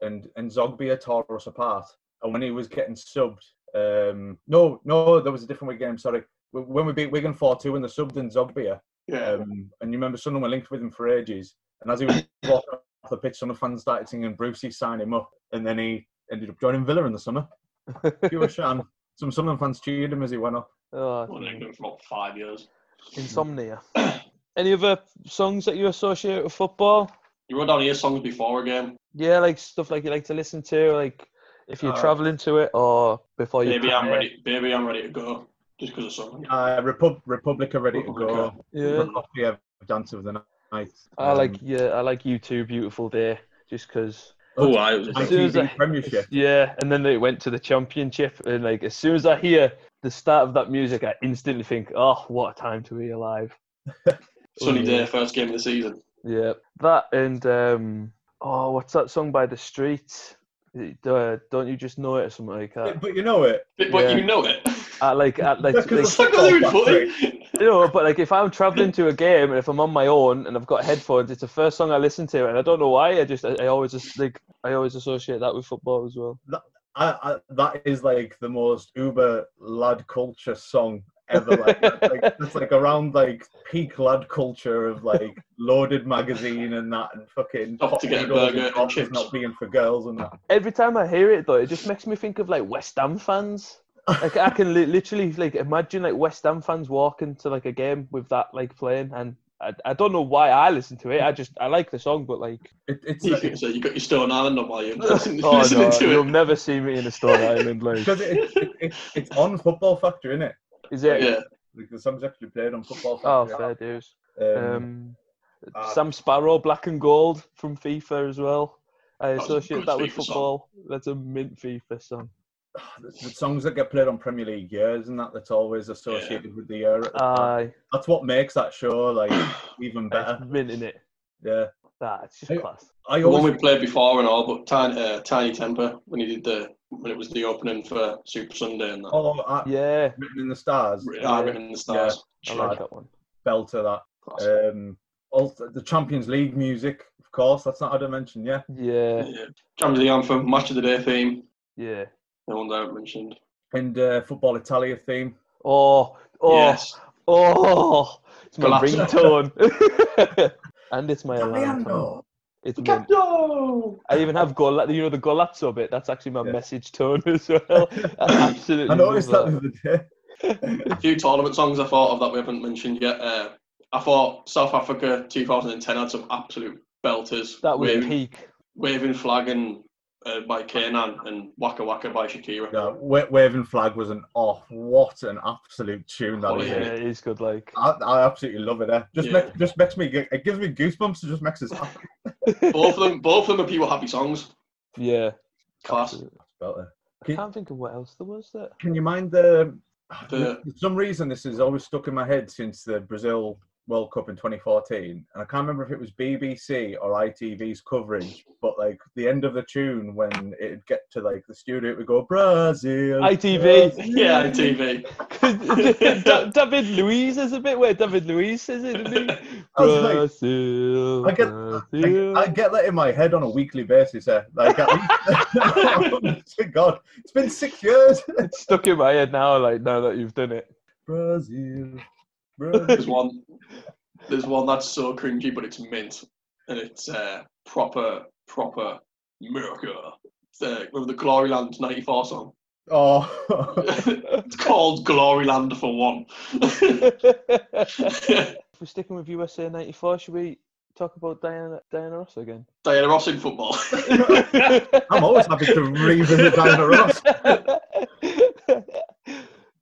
and and Zogbia tore us apart. And when he was getting subbed, um, no, no, there was a different Wigan game. Sorry, W- when we beat Wigan four two, and they subbed in Zogbia,
Yeah.
um, and you remember Sunderland were linked with him for ages. And as he was [coughs] walking off the pitch, Sunderland fans started singing Brucey sign him up, and then he ended up joining Villa in the summer. Pure sham. Some Sunderland fans cheered him as he went up.
I've
Oh,
been in England for about five years.
insomnia. [coughs] Any other songs that you associate with football?
You wrote down your songs before a game.
Yeah, like stuff like you like to listen to, like if you're
Uh,
traveling to it or before Oh, you.
Baby, I'm
prepare.
ready. Baby, I'm ready to go. Just because of something.
Uh, Repub- Republica ready to go.
Yeah.
Yeah, dancer of the night.
I like
Um,
yeah, I like you too, beautiful day, just because.
Oh, I was.
As soon as I-
ITV Premiership. [laughs]
Yeah, and then they went to the championship, and like as soon as I hear the start of that music, I instantly think, oh, what a time to be alive.
Sunny
Oh,
day,
yeah.
first game of the season.
Yeah, that and um, oh, what's that song by the Streets? Is it, uh, Don't you just know it or something like that?
But you know it.
But, but
Yeah.
you
[laughs]
know it.
I like, I like,
Because
like
it's like not even funny. [laughs]
you know, but like if I'm traveling to a game and if I'm on my own and I've got headphones, it's the first song I listen to, and I don't know why. I just, I, I always just like, I always associate that with football as well.
I, I, that is like the most uber lad culture song ever. Like, that's like that's like around like peak lad culture of like loaded magazine and that and fucking
Stop to get a
noodles
burger and
coffees
chips.
not being for girls and that.
Every time I hear it though, it just makes me think of like West Ham fans. Like I can li- literally like imagine like West Ham fans walking to like a game with that like playing, and I, I don't know why I listen to it. I just I like the song, but
[laughs]
like,
It, it's
You think so? You got your Stone Island on while you're
[laughs]
listening,
oh
listening
no,
to
you'll
it.
never see me in a
[laughs]
Stone Island. Like,
because it, it, it, it's on Football Factor, isn't it?
is it?
Yeah.
Like the song's actually played on Football
Oh,
Factory.
fair dues.
um,
Um,
uh,
Sam Sparrow, Black and Gold from FIFA as well. I
was a
associate
good
that with
FIFA song.
football. That's a mint FIFA song.
the songs that get played on Premier League years and that that's always associated with the year. at the time.
Aye,
that's what makes that show like
[coughs]
even better.
it's minting it.
Yeah,
Nah, it's just
Hey,
class.
I
The one we
always
played before and all, but Tiny, uh, Tiny Temper when he did the when it was the opening for Super Sunday and that.
oh, I,
Yeah,
written in the stars.
Ah, Written in the stars.
Uh, I
Shit,
like that one.
Belter that.
class.
Um, also, the Champions League music, of course. That's not how to mention. Yeah,
Yeah,
yeah. Champions League anthem, match of the day theme.
yeah.
The one that I mentioned.
and uh, football Italia theme.
Oh, oh,
Yes.
oh! It's my
Galacta.
ringtone, and it's my alarm. tone.
Italiano.
It's mint. I even have goal. You know the golazzo bit. That's actually my
Yeah.
message tone as well. I absolutely.
I noticed that
love
the other day.
A few tournament songs I thought of that we haven't mentioned yet. Uh, I thought South Africa 2010 had some absolute belters.
That was
waving,
peak.
waving flag and uh, by Kanan and Waka Waka by Shakira.
Yeah, Wa- Waving Flag was an off. What an absolute tune that
Oh,
is!
Yeah, it is good. Like,
I, I absolutely love it. Eh? Just
Yeah.
make, just makes me get- it gives me goosebumps. It just makes us
[laughs]
happy.
both of them, both of them are people happy songs.
yeah.
Class.
Absolutely.
Belter.
I
Can-
can't think of what else there was that. [laughs]
Can you mind the?
The-
For some reason, this is always stuck in my head since the Brazil World Cup in 2014, and I can't remember if it was BBC or ITV's coverage. But like the end of the tune, when it'd get to like the studio, it would go Brazil.
ITV.
Yeah, on TV.
Da- David Luiz is a bit where David Luiz is, isn't he?
I was like-
Brazil,
I get, I,
Brazil.
I get that in my head on a weekly basis. Eh? Like, at [laughs] least, Good God, it's been six years.
it's stuck in my head now. Like now that you've done it.
Brazil, Brazil.
There's one. There's one that's so cringy, but it's mint, and it's uh, proper, proper America. It's, Uh, remember the Gloryland '94 song? [laughs]
Oh, [laughs]
it's called Gloryland for one.
[laughs] If
[laughs]
we're sticking with USA '94, should we talk about Diana Diana Ross
[laughs]
again? [laughs]
Diana Ross in football. [laughs]
I'm always happy to revisit Diana Ross.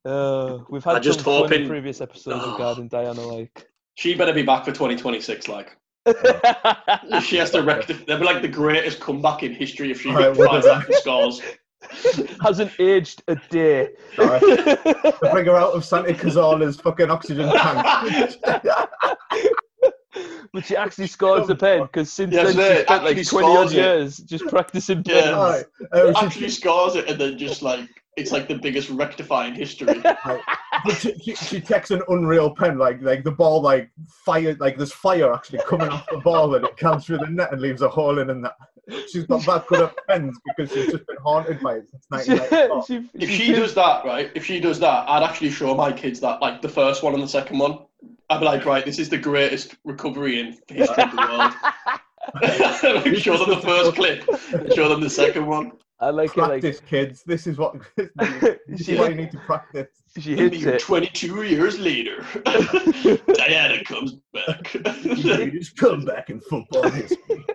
Uh, we've had
I just
some fun
hoping-
previous episodes
Oh.
regarding Diana
[laughs]
like
she better be back for 2026. Like she has to rec- That'd be like the greatest comeback in history if she
Right, what
tries
is that?
and scores.
hasn't aged a day.
Sorry. the figure out of Santa Cazorla's fucking oxygen tank.
[laughs] [laughs] But she actually scores the pen because since
Yes,
then
mate,
she spent
actually
like 20 odd
scores it.
years just practicing
Yeah.
pens.
Alright, um, she,
Actually scores it, and then just like it's like the biggest rectifying history.
she, she, she takes an unreal pen, like like the ball, like fire, like there's fire actually coming off the ball, and it comes through the net and leaves a hole in. And that she's not that good at pens because she's just been haunted by it since
[laughs] She-
1994.
she-
If
she [laughs]
she
did-
does that, right? If she does that, I'd actually show my kids that, like the first one and the second one. I'd be like, right, this is the greatest recovery in the history of the world.
[laughs]
I'd [laughs] show them the first clip, and show them the second one.
I like it. Like
Practice, kids. This is what [laughs] this
[laughs]
is
she,
why you need to practice.
she
And
hits
here,
it.
22
[laughs]
years later, Diana comes back.
Greatest comeback
[laughs]
in football history.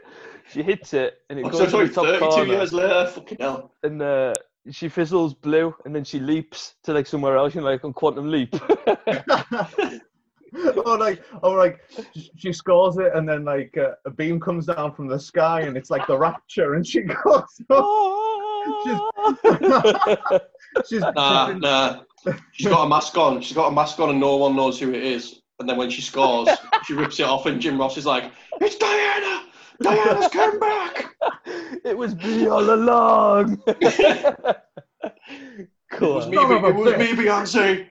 She hits it and it
[laughs] I'm
goes
so sorry,
in the top
32
corner.
years later, fucking hell.
And uh, she fizzles blue and then she leaps to like somewhere else. You know, like on quantum leap. [laughs]
[laughs] or like, or like, sh- she scores it, and then like uh, a beam comes down from the sky, and it's like the rapture, and she [laughs] goes. up. [laughs] she's,
Nah,
she's been-
nah. She's got a mask on. She's got a mask on, and no one knows who it is. And then when she scores, she rips it off, and Jim Ross is like, "It's Diana! Diana's come back!"
it was me all along. [laughs]
It was
cool.
me. It was me, Beyonce.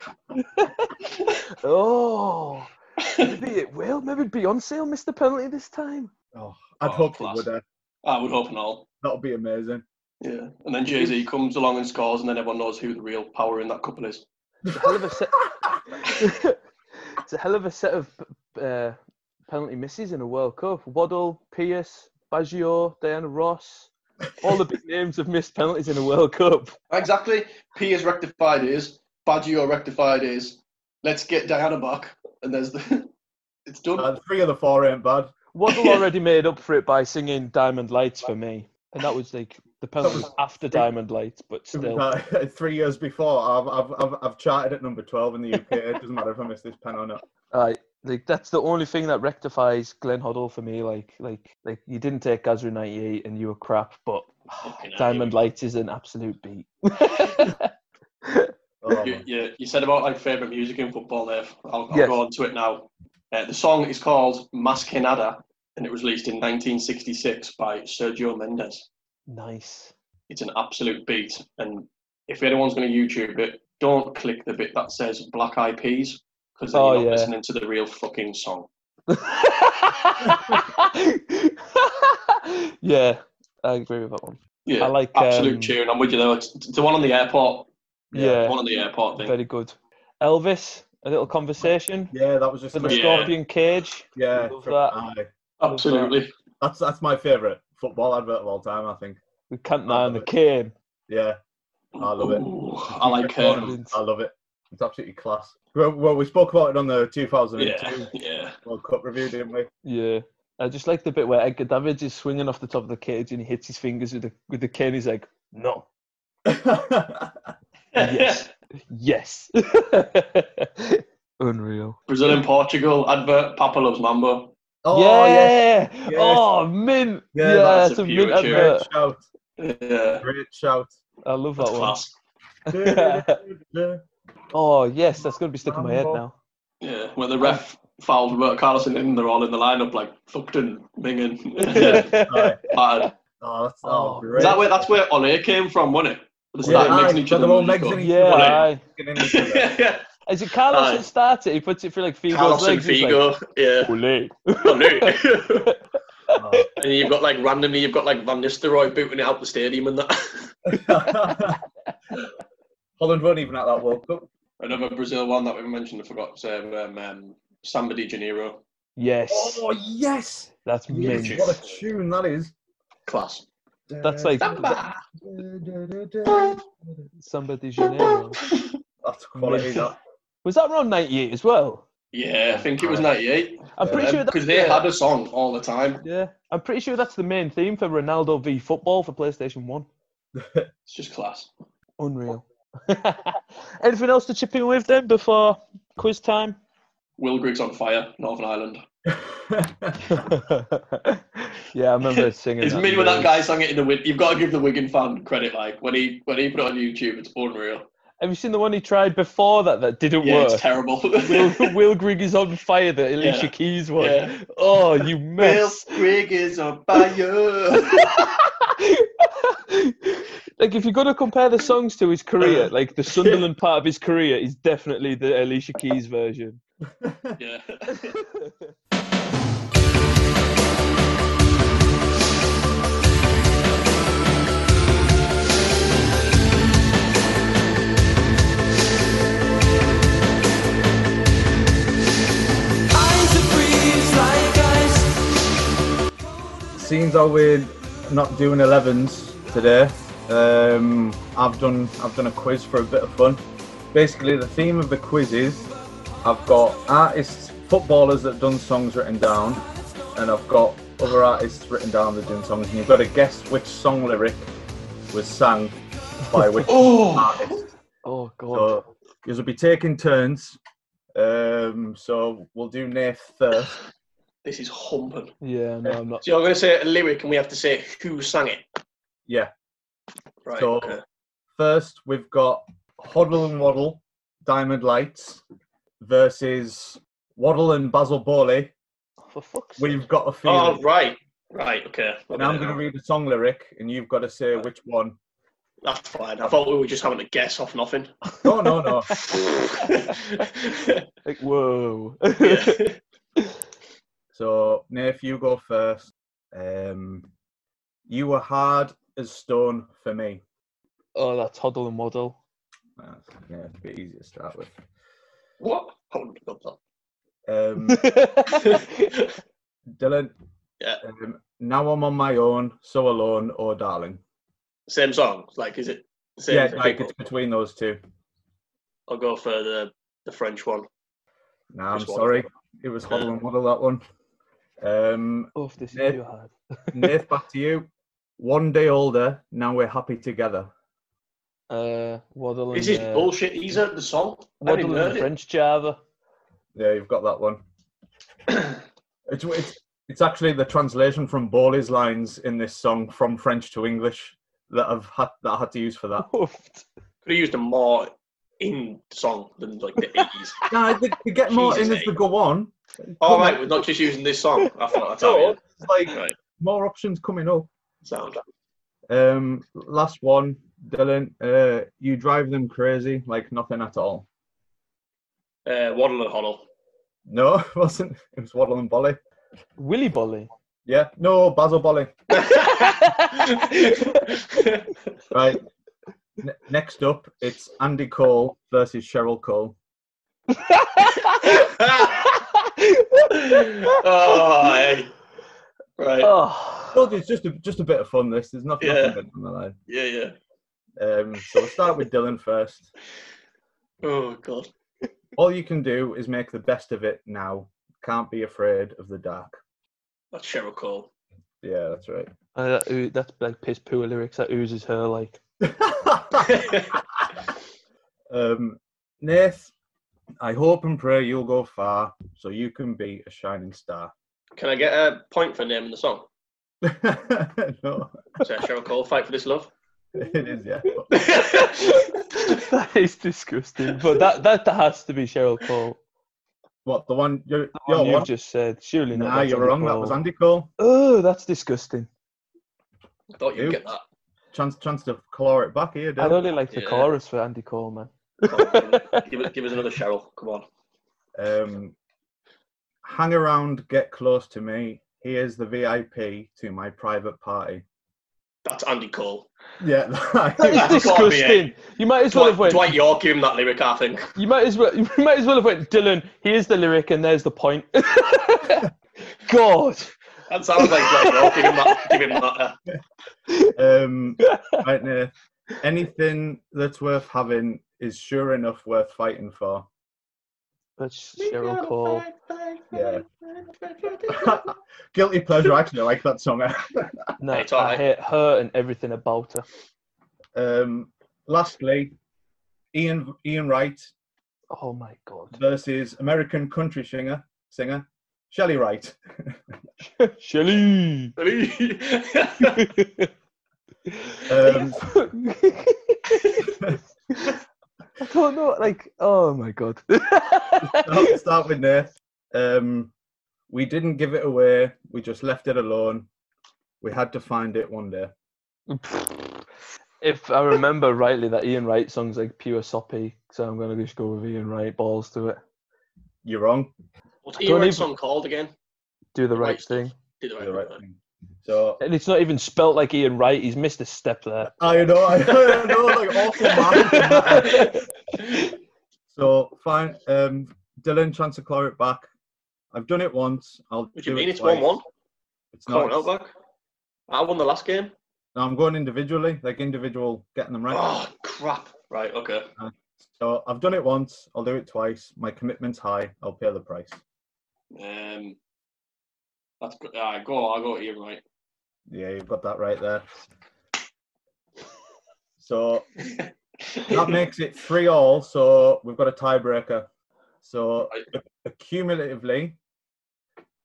Oh, maybe it will. Maybe Beyonce will miss the penalty this time.
oh, I'd
Oh,
hope it
class.
would. Uh,
I would hope not.
that would be amazing.
Yeah. And then Jay Z comes along and scores, and then everyone knows who the real power in that couple is.
It's a hell of a set. [laughs] it's a hell of a set of uh, penalty misses in a World Cup. Waddle, Pierce, Baggio, Diana Ross. All the big names have missed penalties in a World Cup.
Exactly. P is rectified is. Baggio rectified is. Let's get Diana back. And there's the. [laughs] It's done.
Uh, three of the four ain't bad.
Waddle already made up for it by singing "Diamond Lights" for me, and that was like the penalty was after "Diamond Lights," but
It was,
still.
uh, [laughs] three years before, I've, I've I've I've charted at number twelve in the UK. it doesn't matter if I miss this pen or not.
All right, like that's the only thing that rectifies Glenn Hoddle for me. Like like like you didn't take Gazra ninety eight and you were crap, but
Fucking hell,
Diamond Lights is an absolute beat. [laughs]
Oh,
You,
man.
you, you said about like favourite music in football there. I'll, I'll
Yes.
go on to it now. Uh, the song is called Masquinada and it was released in 1966 by Sergio Mendes.
nice. [laughs]
It's an absolute beat. And if anyone's going to YouTube it, don't click the bit that says Black Eyed Peas because then
Oh,
you're not
yeah.
listening to the real fucking song.
yeah, I agree with that one.
Yeah,
I like,
absolute
um,
cheering. I'm with you though. It's it's the one on the airport.
Yeah,
the one on the airport thing.
very good. Elvis, a little conversation.
yeah, that was just
From a
like-
Yeah.
scorpion cage.
yeah.
Love
from-
that.
aye.
Absolutely.
That's that's my favourite football advert of all time. I think.
We can't man the
it.
cane.
Yeah, I love it.
Ooh, I like um, her.
Brilliant.
I love it. It's absolutely class. Well, well we spoke about it on the 2002
Yeah, yeah.
World Cup review, didn't we?
Yeah. I just like the bit where Edgar Davids is swinging off the top of the cage and he hits his fingers with the with the cane. He's like, no, yes, yes. [laughs] Unreal.
Brazil and Portugal advert. Papa loves Mambo.
oh yeah.
yeah.
yes.
Oh, mint.
Yeah,
Yeah,
that's
that's
a
a
pure
mint
cheer.
advert.
Great shout!
Yeah,
Great shout!
I love that
that's
one.
class.
yeah,
Oh, yes, that's going to be stuck in my head
Rambo.
now.
Yeah, when the ref fouled Roberto Carlos and then they're all in the lineup like Thugton, Mingen.
[laughs]
[laughs]
aye.
Bad.
Oh, that's
Oh,
oh,
is
Is
great.
that where that's where Ole came from, wasn't it? They
Yeah,
started mixing
aye,
each
but
other.
they're all
with each
mixing
[laughs] other.
[laughs]
each
Yeah,
Brilliant.
aye.
Fucking
Is it Carlos
Aye.
that starts it? He puts it through like Figo's
Carlos and
legs. he's like,
Figo.
[laughs]
Yeah.
Ole.
Ole.
Oh.
[laughs] and you've got like randomly, you've got like Van Nistelrooy booting it out the stadium and that. [laughs]
[laughs] Holland weren't even at that World Cup.
Another Brazil one that we mentioned, I forgot to say, um, um, Samba de Janeiro.
Yes,
Oh yes,
that's
yes.
mint.
what a tune that is.
Class.
That's like
Samba!
Samba de Janeiro.
That's quality. That.
Was that around 98 as well?
Yeah, I think it was 98.
I'm pretty sure that,
Because Um, they had a song all the time.
yeah, I'm pretty sure that's the main theme for Ronaldo v Football for PlayStation 1.
It's just class.
Unreal. [laughs] Anything else to chip in with then before quiz [laughs] time?
Will Griggs on fire, Northern Ireland.
yeah, I remember [laughs] singing.
It's
that
me when
lyrics.
that guy sang it in the win. You've got to give the Wigan fan credit. Like when he when he put it on YouTube, it's unreal.
Have you seen the one he tried before that that didn't
Yeah,
work?
it's terrible. [laughs]
Will, Will Grigg is on fire, the Alicia
Yeah.
Keys one.
Yeah.
Oh,
[laughs]
you mess.
Grigg is on fire.
[laughs] like, if you're going to compare the songs to his
[laughs]
career, like the Sunderland part of his career is definitely the Alicia Keys version.
[laughs] yeah.
Seems how we're not doing 11s today. Um, I've done I've done a quiz for a bit of fun. Basically, the theme of the quiz is I've got artists, footballers that done songs written down, and I've got other artists written down that done songs, and you've got to guess which song lyric was sang by which artist.
Oh, God.
So, you will be taking turns. Um, so we'll do Nath first.
This is humping.
yeah, no, I'm not.
So you're going to say a lyric, and we have to say who sang it.
Yeah.
Right.
So-
okay.
First, we've got Hoddle and Waddle, Diamond Lights, versus Waddle and Basil Bowley.
For fuck's sake.
We've got a
Oh,
feeling.
right. Right. Okay.
and I'm going to read a song lyric, and you've got to say which one.
That's fine. I thought we were just having a guess off [laughs] nothing.
No, no, no.
yeah.
Like, whoa.
[laughs]
so, Nath, you go first. Um, you were hard as stone for me.
oh, that's Hoddle and Waddle. [laughs]
That's, yeah, it's a bit easy to start with.
What? I wouldn't have got [laughs]
Um,
that.
Dylan.
Yeah.
Um, now I'm on my own, so alone, oh darling.
[laughs] same song. Like, is it? the Same
Yeah,
thing?
like it's between those two.
I'll go for the the French one.
No, I'm
Just one.
sorry. It was Huddle and Waddle, that one. Um,
oh, this is
Yeah.
too hard.
Nath, back to you. One day older, now we're happy together.
Uh, Waddle and,
This is
uh,
bullshit. He's heard the song. I didn't
Waddle
heard
and
it.
French Java.
Yeah, you've got that one.
[clears throat]
It's, it's it's actually the translation from Borley's lines in this song from French to English that I've had that I had to use for
[laughs]
that.
Could have used a more in song than like the 80s.
[laughs] no, they, they get more
Jesus,
in as
eh?
they go on.
All right, we're not just using this song. I
[laughs]
thought that's how
No,
it
it's like
Right.
more options coming up.
sound.
Um, last one, Dylan. Uh, you drive them crazy like nothing at all.
Uh, Waddle and
[laughs]
Hoddle.
No, it wasn't. It was Waddle and Bolly.
Willy [laughs] Bolly.
Yeah, no, Basil Bolly.
Oh.
Right. N- next up, it's Andy Cole versus Cheryl Cole.
oh, hey. Right.
Oh,
Well, it's just a, just a bit of fun. This there's nothing,
Yeah.
nothing big on the line.
Yeah, yeah.
Um, so we'll start with Dylan first.
Oh, God.
All you can do is make the best of it now. Can't be afraid of the dark.
That's
[laughs]
Cheryl Cole.
Yeah,
[laughs]
that's right.
and Uh, that, oo- that's like piss poor lyrics. That oozes her like.
um, Nath, I hope and pray you'll go far so you can be a shining star. [laughs]
Can I get a point for naming the song?
no,
So Cheryl Cole, fight for
[laughs]
this love.
it is, yeah.
that is disgusting. But that, that has to be Cheryl Cole.
What, the one you're,
The one
you're
you
what?
just said. Surely not.
Nah,
that's
you're
Andy
wrong. That was
Cole.
Andy Cole.
Oh, that's disgusting.
I thought you'd
Who?
get that.
Chance, chance to claw it back here,
I
Dylan.
only like the
Yeah.
chorus for Andy Cole, man. [laughs]
Oh, give, us- give us another Cheryl. Come on.
Um, hang around, get close to me. Here's the VIP to my private party.
That's Andy Cole.
Yeah, [laughs]
That is
That's gotta be
disgusting. You might as well
Dwight,
have went.
Dwight York gave him that lyric, I think.
You might as well. [laughs] You might as well have went. Dylan, here's the lyric, and there's the point. [laughs] God,
That sounds like Dwight York giving him that. Give him that uh,
um, right now, anything that's worth having is sure enough worth fighting for.
that's Cheryl Cole.
Yeah. [laughs] Guilty pleasure. Actually, I like that song. [laughs]
No,
Hey, it's
I
alright.
hate her and everything about her.
um, lastly, Ian Ian Wright
Oh my God, [laughs]
versus American country singer singer Shelley Wright. [laughs]
Shelly.
uh,
Um,
[laughs] I don't know. Like, oh my God. [laughs]
[laughs] I'll start with Nath. Um, we didn't give it away. We just left it alone. We had to find it one day.
if I remember rightly, that Ian Wright song's like pure soppy, so I'm gonna just go with Ian Wright balls to it.
You're wrong.
[laughs] What's
Don't
Ewan's
even-
song called again?
Do the right
Right.
thing,
Did
You're right. So
and it's not even spelt like Ian Wright. He's missed a step there.
I know, I know, like [laughs] awful man. So fine, um, Dylan, chance to claw it back. I've done it once. I'll.
What do
do
you mean?
it
It's one one.
twice. It's
Come
not.
on, Outback. I won the last game.
No, I'm going individually, like individual, getting them right.
Oh crap! Right, okay.
So I've done it once. I'll do it twice. My commitment's high. I'll pay the price.
Um, that's good. All right, go. I go to you, right?
Yeah, you've got that right there. So
[laughs]
that makes it three all. So we've got a tiebreaker. So
Right.
accumulatively,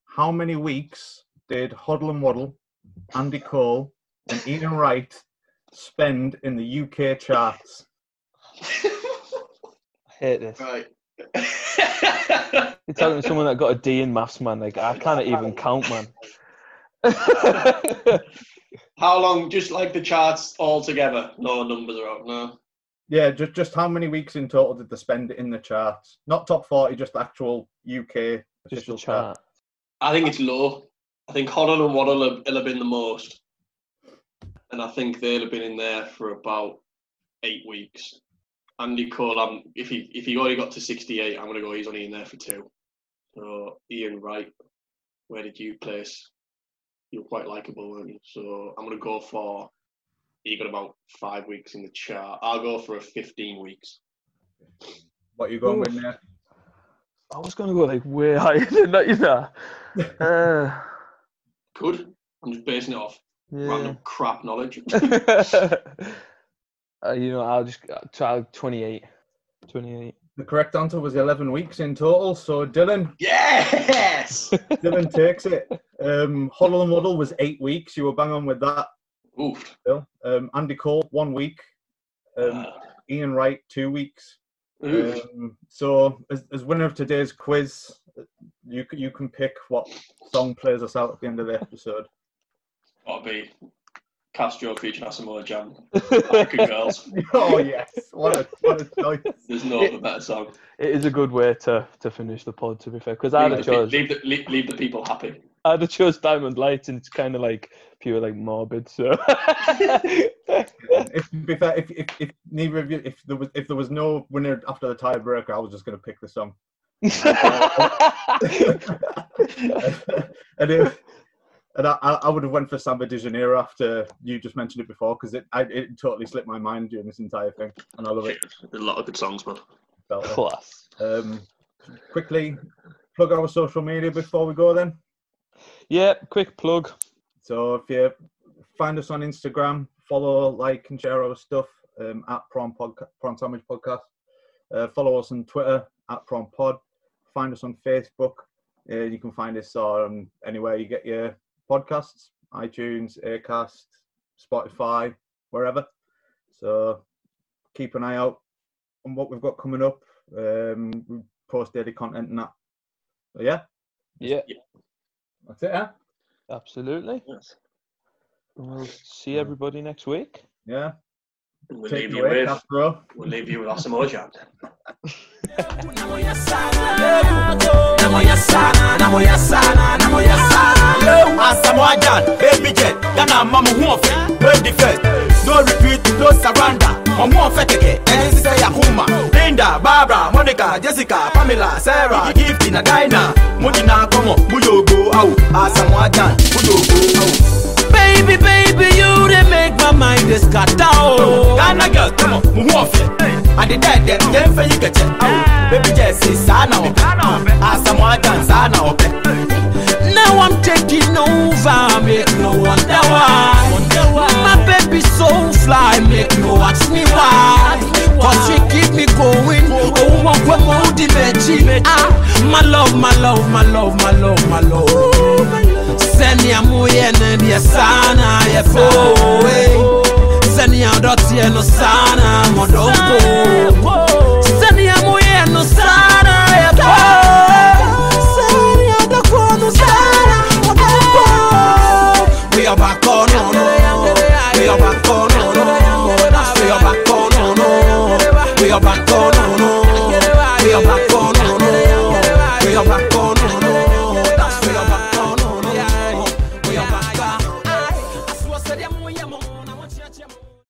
how many weeks did Hoddle and Waddle, Andy Cole, and Ian Wright spend in the UK charts?
I hate this.
right.
You're telling me someone that got a D in maths, man. Like I can't even count,
[laughs]
man.
How long? Just like the charts all together. No numbers are out. No.
Yeah, just just how many weeks in total did they spend in the charts? Not top forty, just actual UK
just a
official
chart.
I think it's low. I think Hoddle and Waddle have, will have been the most, and I think they'll have been in there for about eight weeks. Andy Cole, um, if he if he already got to sixty eight, I'm gonna go. He's only in there for two. So Ian Wright, where did you place? You're quite likable, weren't you? So I'm gonna go for. He got about five weeks in the chart. I'll go for a fifteen weeks.
What are you going
Oof.
with there?
I was gonna go like way higher than that, you know. Uh,
Good. I'm just basing it off
yeah.
random
[laughs]
crap knowledge.
[laughs] [laughs] uh, you know, I'll just I'll try 28. 28.
The correct answer was 11 weeks in total. So Dylan, [laughs]
Yes!
Dylan takes it. Um, Huddle and Waddle was eight weeks. You were bang on with that,
Oof. Uh,
Bill. Um, Andy Cole, one week. Um, Ian Wright, two weeks.
Oof.
Um, so, as, as winner of today's quiz, you c- you can pick what song plays us out at the end of the episode.
Gotta be Castro featuring Asamoah Jam. African Girls.
[laughs] oh yes, what a what a choice.
There's no other
[laughs]
better song.
It is a good way to, to finish the pod, to be fair, because I'd
Leave
have
the, pe-
chose
leave, the, leave, leave the people happy.
I'd have chose Diamond Lights, and it's kind of like pure like morbid. So
if, if, if, if, if neither of you, if there was if there was no winner after the tiebreaker, I was just going to pick the song. [laughs] and if, and I, I I would have went for Samba de Janeiro after you just mentioned it before because it I, it totally slipped my mind during this entire thing, and I love it.
There's a lot of good songs, man.
Felt it.
class.
Um, quickly plug our social media before we go then.
Yeah, quick plug.
So if you find us on Instagram, follow, like, and share our stuff um, at Prawn Podca- Prawn Sandwich Podcast. Uh, follow us on Twitter at Prawn Pod. Find us on Facebook. Uh, you can find us on anywhere you get your podcasts: iTunes, Aircast, Spotify, wherever. So keep an eye out on what we've got coming up. Um, we post daily content and that. So yeah,
Yeah,
that's it. Huh?
absolutely.
Yes.
We'll see everybody next week.
Yeah,
We'll
take
leave
it
you
away,
with,
Castro.
we'll leave you with Asamoah Jam.
Asamoah Gyan, baby jet, Ghana mama who on fit, wey the first. No retreat, no surrender. Ọmọ wọn fẹ́ kẹ̀kẹ́, ẹni sísẹ́ Yakuma. Linda, Barbara, Monica, Jessica, Pamela, Sarah, Gift na Dina. Mo jìnnà kọ́mọ̀, mo yóò go awo. Asamoah Gyan, mo yóò go awo. Baby, baby, you dey make my mind dey scatter oh. o. Ghana girls, come on, mo wọ́n fẹ́. Adidẹ́dẹ́, jẹ́ ń fẹ́ yí kẹ̀kẹ́ awo. Baby jẹ́ sí sáànà ọ̀bẹ. Asamoah Gyan sáànà ọ̀bẹ. oh, Now I'm taking over, make no wonder why. My baby so fly, make no ask me why. Cause she keep me going, oh, my web moody veggie. Ah, my love, my love, my love, my love, my love. Send me a moyen and your son, I have away. Send me a dotty and no son, uh, I'm a dog. Send me a moyen, no son, uh, I have we are back on, no, no. oh, We are back on, oh, no, no. We are back on, no, no. We are back on, oh,